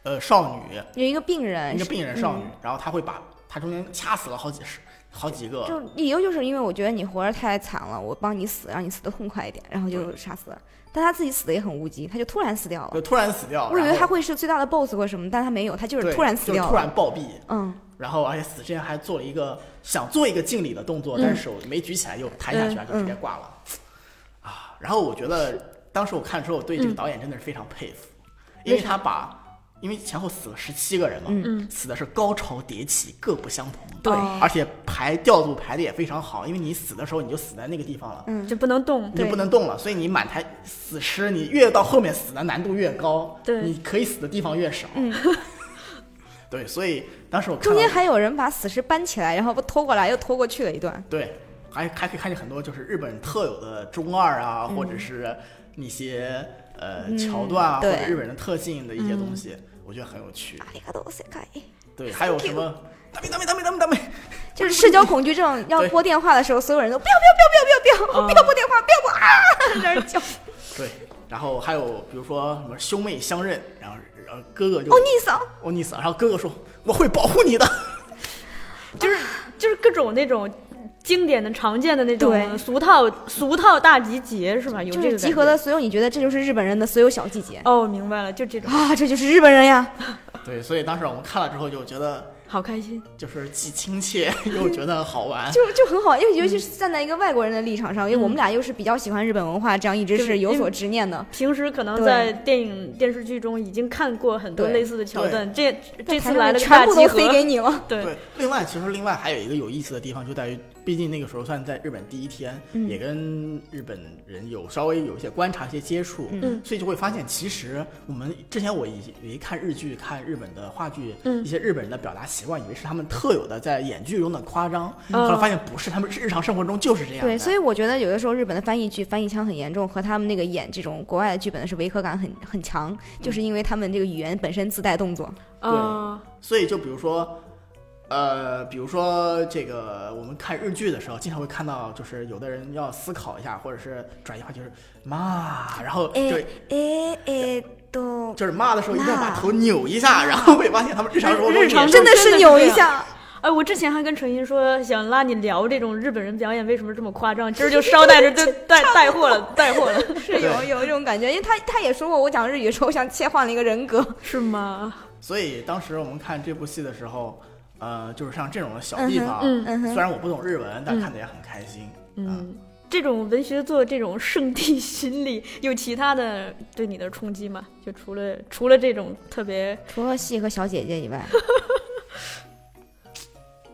Speaker 4: 呃少女，
Speaker 3: 有一个病人，
Speaker 4: 一个病人少
Speaker 3: 嗯
Speaker 4: 女，然后她会把她中间掐死了好几十好几个，
Speaker 3: 就理由就是因为我觉得你活着太惨了，我帮你死，让你死的痛快一点，然后就杀死了。但他自己死的也很无稽，他就突然死掉了
Speaker 4: 嗯就。突然死掉。
Speaker 3: 我以为
Speaker 4: 然后
Speaker 3: 他会是最大的 boss 或者什么，但他没有，他就是
Speaker 4: 对
Speaker 3: 突然死
Speaker 4: 就
Speaker 3: 掉
Speaker 4: 是突
Speaker 3: 了。
Speaker 4: 然暴毙。
Speaker 3: 嗯，
Speaker 4: 然后，而且死之前还做了一个想做一个敬礼的动
Speaker 3: 嗯
Speaker 4: 作，但是手没举起来，又弹下去，然后就直接挂了。啊！然后我觉得当时我看之后，我对这
Speaker 3: 嗯
Speaker 4: 个导演真的是非常佩服，因为他把，因为前后死了十七个人嘛，
Speaker 3: 嗯
Speaker 4: 死的是高潮迭起，各不相同。
Speaker 2: 对
Speaker 4: 而且排调度排的也非常好，因为你死的时候你就死在那个地方了，
Speaker 2: 就不能动。
Speaker 4: 你就不能动了，所以你满台死尸，你越到后面死的难度越高，
Speaker 2: 对
Speaker 4: 你可以死的地方越少。 对，所以当时我看
Speaker 3: 嗯中
Speaker 4: 到
Speaker 3: 间还有人把死尸搬起来，然后拖过来又拖过去了一段。
Speaker 4: 对，还还可以看见很多就是日本特有的中二啊，
Speaker 3: 嗯
Speaker 4: 或者是一些呃、桥段啊，或
Speaker 3: 对嗯哎
Speaker 4: 者日本人特性的一些东西，我觉得很有趣
Speaker 3: 阿。里嘎多塞盖，
Speaker 4: 对，还有什么？大妹大妹大妹大妹大妹，
Speaker 3: 就是 社交恐惧症，要
Speaker 4: 对嗯
Speaker 3: 拨电话的时候，所有人都不要不要不要不要不要，不要拨电话，不要 拨啊，在那儿叫。哦，
Speaker 4: 对，然后还有比如说什么兄妹相认，然后然后哥哥就哦
Speaker 3: 逆嫂，
Speaker 4: 欧尼斯，然后哥哥说我会保护你的。
Speaker 2: 就是就是各种那种经典的、常见的那
Speaker 3: 对
Speaker 2: 种俗套俗套大集结是吧？有
Speaker 3: 就
Speaker 2: 这个
Speaker 3: 是集合
Speaker 2: 感觉
Speaker 3: 了所有你觉得这就是日本人的所有小细节
Speaker 2: 哦，明白了，就这种，
Speaker 3: 啊，这就是日本人呀。
Speaker 4: 对，所以当时我们看了之后就觉得，
Speaker 2: 好开心。
Speaker 4: 就是既亲切 又觉得好玩。
Speaker 3: 就就很好，因为尤其是站在一个外国人的立场上，因为我们俩又是比较喜欢日本文化，这样一直
Speaker 2: 就是
Speaker 3: 嗯是有
Speaker 2: 因
Speaker 3: 所
Speaker 2: 为
Speaker 3: 执念的。
Speaker 2: 平时可能
Speaker 3: 对
Speaker 2: 在电影、电视剧中已经看过很多
Speaker 3: 对
Speaker 2: 类似的桥段，这这
Speaker 3: 台
Speaker 2: 次
Speaker 3: 上
Speaker 2: 来
Speaker 3: 面
Speaker 2: 了个
Speaker 3: 全
Speaker 2: 大
Speaker 3: 部
Speaker 2: 集
Speaker 3: 都
Speaker 2: 合
Speaker 3: 塞，给你 了，
Speaker 2: 对，
Speaker 4: 另外其实另外还有一个有意思的地方就在于，毕竟那个时候算在日本第一天，
Speaker 2: 嗯
Speaker 4: 也跟日本人有稍微有一些观察、一些接触，
Speaker 2: 嗯
Speaker 4: 所以就会发现，其实我们之前我以为看日剧、看日本的话剧，
Speaker 2: 嗯
Speaker 4: 一些日本人的表达习惯，以为是他们特有的在演剧中的夸张，
Speaker 2: 嗯
Speaker 4: 后来发现不是，他们日常生活中就是这样的。
Speaker 3: 对，所以我觉得有的时候日本的翻译剧翻译腔很严重，和他们那个演这种国外的剧本的是违和感很很强，就是因为他们这个语言本身自带动作。
Speaker 2: 啊，
Speaker 4: 所以就比如说，呃，比如说这个我们看日剧的时候，经常会看到，就是有的人要思考一下，或者是转移话，就是妈，然后就、
Speaker 3: 哎哎，都
Speaker 4: 就是骂的时候一定要把头扭一下，然后会发现他们日常生活中
Speaker 2: 日常中
Speaker 4: 也
Speaker 3: 真的
Speaker 2: 真的
Speaker 3: 是
Speaker 2: 是
Speaker 3: 扭
Speaker 2: 这
Speaker 3: 一
Speaker 2: 样
Speaker 3: 下，
Speaker 2: 哎，我之前还跟陈音说想拉你聊这种日本人表演为什么这么夸张，今儿就捎带着就 带带货了，带货了，
Speaker 3: 是有有一种感觉，因为他他也说过，我讲日语的时候像切换了一个人格。
Speaker 2: 是吗？
Speaker 4: 所以当时我们看这部戏的时候，呃，就是像这种的小
Speaker 3: 嗯哼
Speaker 4: 地方，
Speaker 3: 嗯嗯哼
Speaker 4: 虽然我不懂日文，但看的也很开心。嗯，
Speaker 2: 这种文学作这种圣地巡礼，有其他的对你的冲击吗？就除了除了这种特别，
Speaker 3: 除了戏和小姐姐以外，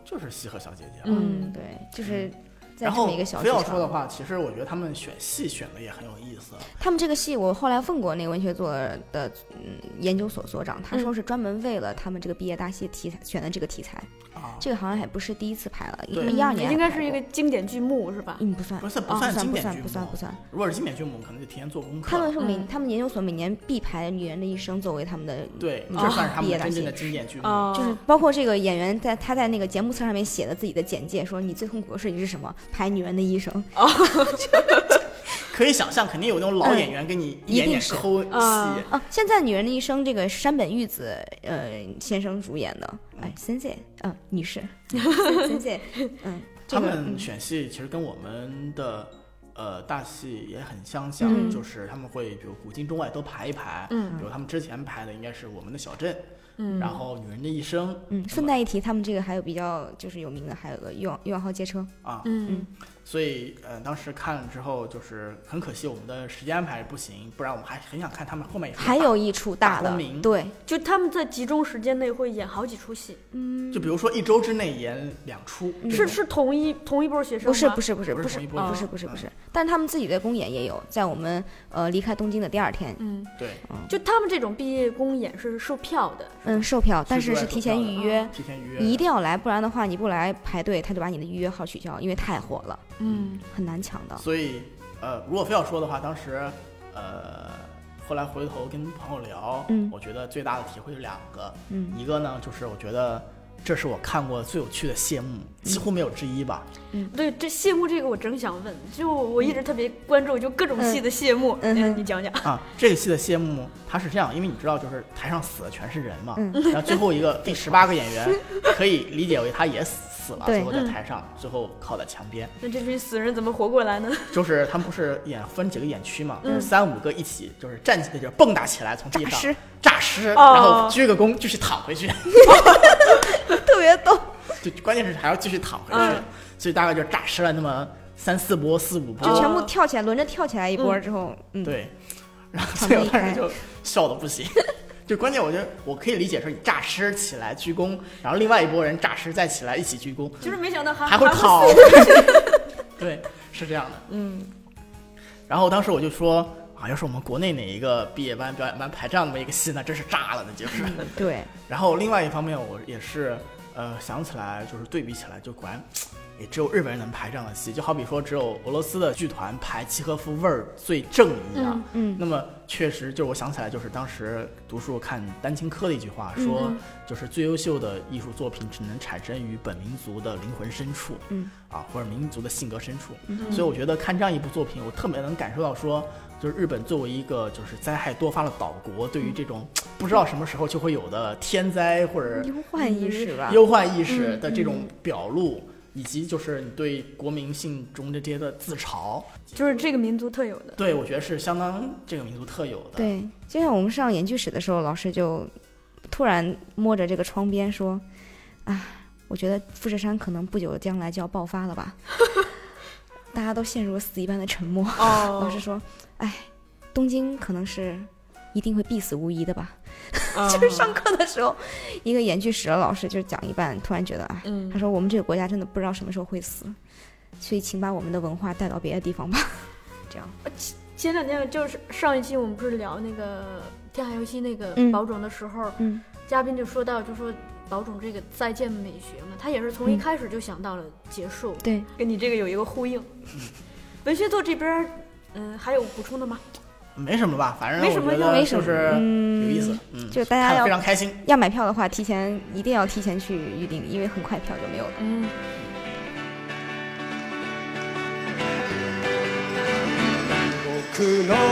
Speaker 4: 就是西河小姐姐。
Speaker 3: 嗯，对，就是在这
Speaker 4: 然后
Speaker 3: 么一个小
Speaker 4: 非
Speaker 3: 剧
Speaker 4: 要
Speaker 3: 场。
Speaker 4: 说的话，其实我觉得他们选戏选的也很有意思。
Speaker 3: 他们这个戏，我后来问过那个文学作的嗯研究所所长，
Speaker 4: 嗯
Speaker 3: 他说是专门为了他们这个毕业大戏题材选的这个题材。
Speaker 4: 啊
Speaker 3: 这个好像还不是第一次拍了，
Speaker 4: 对嗯
Speaker 3: 一二年还
Speaker 2: 嗯应该
Speaker 3: 拍
Speaker 2: 是一
Speaker 3: 过
Speaker 2: 个，经典剧目是吧？
Speaker 3: 嗯，不算，
Speaker 4: 不是
Speaker 3: 啊
Speaker 4: 不
Speaker 3: 不
Speaker 4: 算经
Speaker 3: 不
Speaker 4: 典
Speaker 3: 算
Speaker 4: 剧
Speaker 3: 不算
Speaker 4: 目
Speaker 3: 不算。
Speaker 4: 如果是经典剧目，可能就提前做功课。
Speaker 3: 他们是每
Speaker 2: 嗯
Speaker 3: 他们研究所每年必排《女人的一生》作为他们的
Speaker 4: 对，
Speaker 3: 嗯
Speaker 4: 这算是他
Speaker 3: 毕
Speaker 4: 们
Speaker 3: 业大
Speaker 4: 真正的
Speaker 3: 戏。
Speaker 4: 经典剧目。
Speaker 2: 哦，
Speaker 3: 就是包括这个演员在他在那个节目册上面写的自己的简介，说你最痛苦的事情是什么？排《女人的一生》，
Speaker 4: 可以想象，肯定有那种老演员给你
Speaker 3: 嗯一
Speaker 4: 一点
Speaker 3: 定
Speaker 4: 点
Speaker 3: 是
Speaker 4: 抠戏
Speaker 2: 啊。
Speaker 3: 啊，现在《女人的一生》这个山本玉子呃先生主演的，哎，森姐，嗯，女士，森 姐，嗯，这
Speaker 4: 他
Speaker 3: 个
Speaker 4: 们
Speaker 3: 嗯
Speaker 4: 选戏其实跟我们的呃大戏也很相像，
Speaker 2: 嗯
Speaker 4: 就是他们会比如古今中外都排一排，
Speaker 2: 嗯
Speaker 4: 比如他们之前排的应该是《我们的小镇》，
Speaker 2: 嗯
Speaker 4: 然后《女人的一生》
Speaker 3: 嗯，顺带一提，他们这个还有比较就是有名的，还有个欲望欲望号街车，
Speaker 4: 啊，
Speaker 2: 嗯
Speaker 4: 所以呃当时看了之后，就是很可惜我们的时间安排不行，不然我们还很想看他们后面一出
Speaker 3: 还有一出大
Speaker 4: 大
Speaker 3: 的
Speaker 4: 公民，
Speaker 3: 对，
Speaker 2: 就他们在集中时间内会演好几出戏，
Speaker 4: 就比如说一周之内演两出，
Speaker 2: 是是同一同一波学生
Speaker 3: 嗯不是
Speaker 2: 吗
Speaker 3: 不是不是
Speaker 4: 不
Speaker 3: 不
Speaker 4: 是
Speaker 3: 是
Speaker 4: 同一
Speaker 3: 不
Speaker 4: 波
Speaker 3: 是
Speaker 4: 人
Speaker 3: 不是不
Speaker 4: 嗯
Speaker 3: 是，但是他们自己的公演也有，在我们呃离开东京的第二天，
Speaker 2: 嗯，
Speaker 4: 对，
Speaker 2: 就他们这种毕业公演是售票的，
Speaker 3: 嗯，售票，但
Speaker 4: 是
Speaker 3: 是
Speaker 4: 对
Speaker 3: 是
Speaker 4: 售
Speaker 3: 提
Speaker 4: 票
Speaker 3: 前
Speaker 4: 的嗯
Speaker 3: 预约，
Speaker 4: 提前预约，
Speaker 3: 你一定要来，不然的话你不来排队，他就把你的预约号取消，因为太火了，
Speaker 2: 嗯
Speaker 3: 很难抢到。
Speaker 4: 所以，呃，如果非要说的话，当时，呃，后来回头跟朋友聊，
Speaker 3: 嗯
Speaker 4: 我觉得最大的体会有两个，
Speaker 3: 嗯
Speaker 4: 一个呢就是我觉得，这是我看过最有趣的谢幕，几乎没有之一 吧。
Speaker 2: 对，这谢幕这个我真想问，就我一直特别关注，就各种戏的谢幕，哎
Speaker 3: 嗯嗯哼
Speaker 2: 你讲讲。
Speaker 4: 啊，这个戏的谢幕，它是这样，因为你知道，就是台上死的全是人嘛，
Speaker 3: 嗯
Speaker 4: 然后最后一个第十八个演 员可以理解为他也死了，
Speaker 3: 对嗯
Speaker 4: 最后在台上，最后靠在墙边，
Speaker 2: 那这群死人怎么活过来呢？
Speaker 4: 就是他们不是演分几个演区
Speaker 2: 嗯
Speaker 4: 嘛，就是三五个一起就是站起来就是蹦跶起来从地
Speaker 3: 诈
Speaker 4: 上
Speaker 3: 尸
Speaker 4: 诈尸，
Speaker 2: 哦
Speaker 4: 然后鞠个躬继续躺回 去，
Speaker 3: 特别逗。
Speaker 4: 就关键是还要继续躺回去，
Speaker 2: 嗯
Speaker 4: 所以大概就诈尸了那么三四波四五波，
Speaker 3: 就全部跳起来，轮着跳起来一波之后，嗯，
Speaker 4: 对，然后
Speaker 3: 场
Speaker 4: 所
Speaker 3: 面
Speaker 4: 以我
Speaker 3: 一
Speaker 4: 当时
Speaker 3: 开
Speaker 4: 就笑的不行。 就关键，我觉得我可以理解说你诈尸起来鞠躬，然后另外一拨人诈尸再起来一起鞠躬，
Speaker 2: 就是没想到还
Speaker 4: 还会
Speaker 2: 还
Speaker 4: 跑。对，是这样的。嗯。然后当时我就说啊，要是我们国内哪一个毕业班、表演班排这样的一个戏，那真是炸了，那就是。
Speaker 3: 对，
Speaker 4: 然后另外一方面，我也是呃想起来，就是对比起来，就果然也只有日本人能排这样的戏，就好比说只有俄罗斯的剧团排契诃夫味儿最正一样。
Speaker 3: 嗯嗯
Speaker 4: 那么确实，就是我想起来，就是当时读书看丹青科的一句话，说就是最优秀的艺术作品只能产生于本民族的灵魂深处，
Speaker 3: 嗯
Speaker 4: 啊或者民族的性格深处。所以我觉得看这样一部作品，我特别能感受到说。就是日本作为一个就是灾害多发的岛国，对于这种不知道什么时候就会有的天灾或者
Speaker 3: 嗯忧患嗯意识吧，
Speaker 4: 忧患意识的这种表露，以及就是你对国民性中的这些的自嘲，
Speaker 2: 就是这个民族特有的。
Speaker 4: 对我觉得是相当这个民族特有的。
Speaker 3: 对，就像我们上研究室的时候，老师就突然摸着这个窗边说：“啊，我觉得富士山可能不久的将来就要爆发了吧。”大家都陷入了死一般的沉默。老
Speaker 2: 哦
Speaker 3: 师说：“哎，东京可能是一定会必死无疑的吧。”
Speaker 2: 就是
Speaker 3: 上课的时候，一个演剧史的老师就讲一半，突然觉得，哎，
Speaker 2: 嗯
Speaker 3: 他说我们这个国家真的不知道什么时候会死，所以请把我们的文化带到别的地方吧。这样，
Speaker 2: 前两天就是上一期我们不是聊那个《天海游戏》那个
Speaker 3: 嗯
Speaker 2: 宝冢的时候，
Speaker 3: 嗯
Speaker 2: 嘉宾就说到，就说宝冢这个再见美学嘛，他也是从一
Speaker 3: 嗯
Speaker 2: 开始就想到了结束，
Speaker 3: 对，
Speaker 2: 跟你这个有一个呼应。文学座这边儿，嗯、还有补充的吗？
Speaker 4: 没什么吧，反正
Speaker 2: 没
Speaker 4: 我
Speaker 2: 什么
Speaker 4: 觉
Speaker 2: 就
Speaker 4: 得
Speaker 3: 没什
Speaker 4: 就
Speaker 3: 么
Speaker 4: 是
Speaker 3: 嗯
Speaker 4: 有意思，嗯，
Speaker 3: 就大
Speaker 4: 看
Speaker 3: 家
Speaker 4: 得非
Speaker 3: 要
Speaker 4: 常开心。
Speaker 3: 要买票的话，提前一定要提前去预定，因为很快票就没有了。
Speaker 2: 嗯，
Speaker 1: 僕の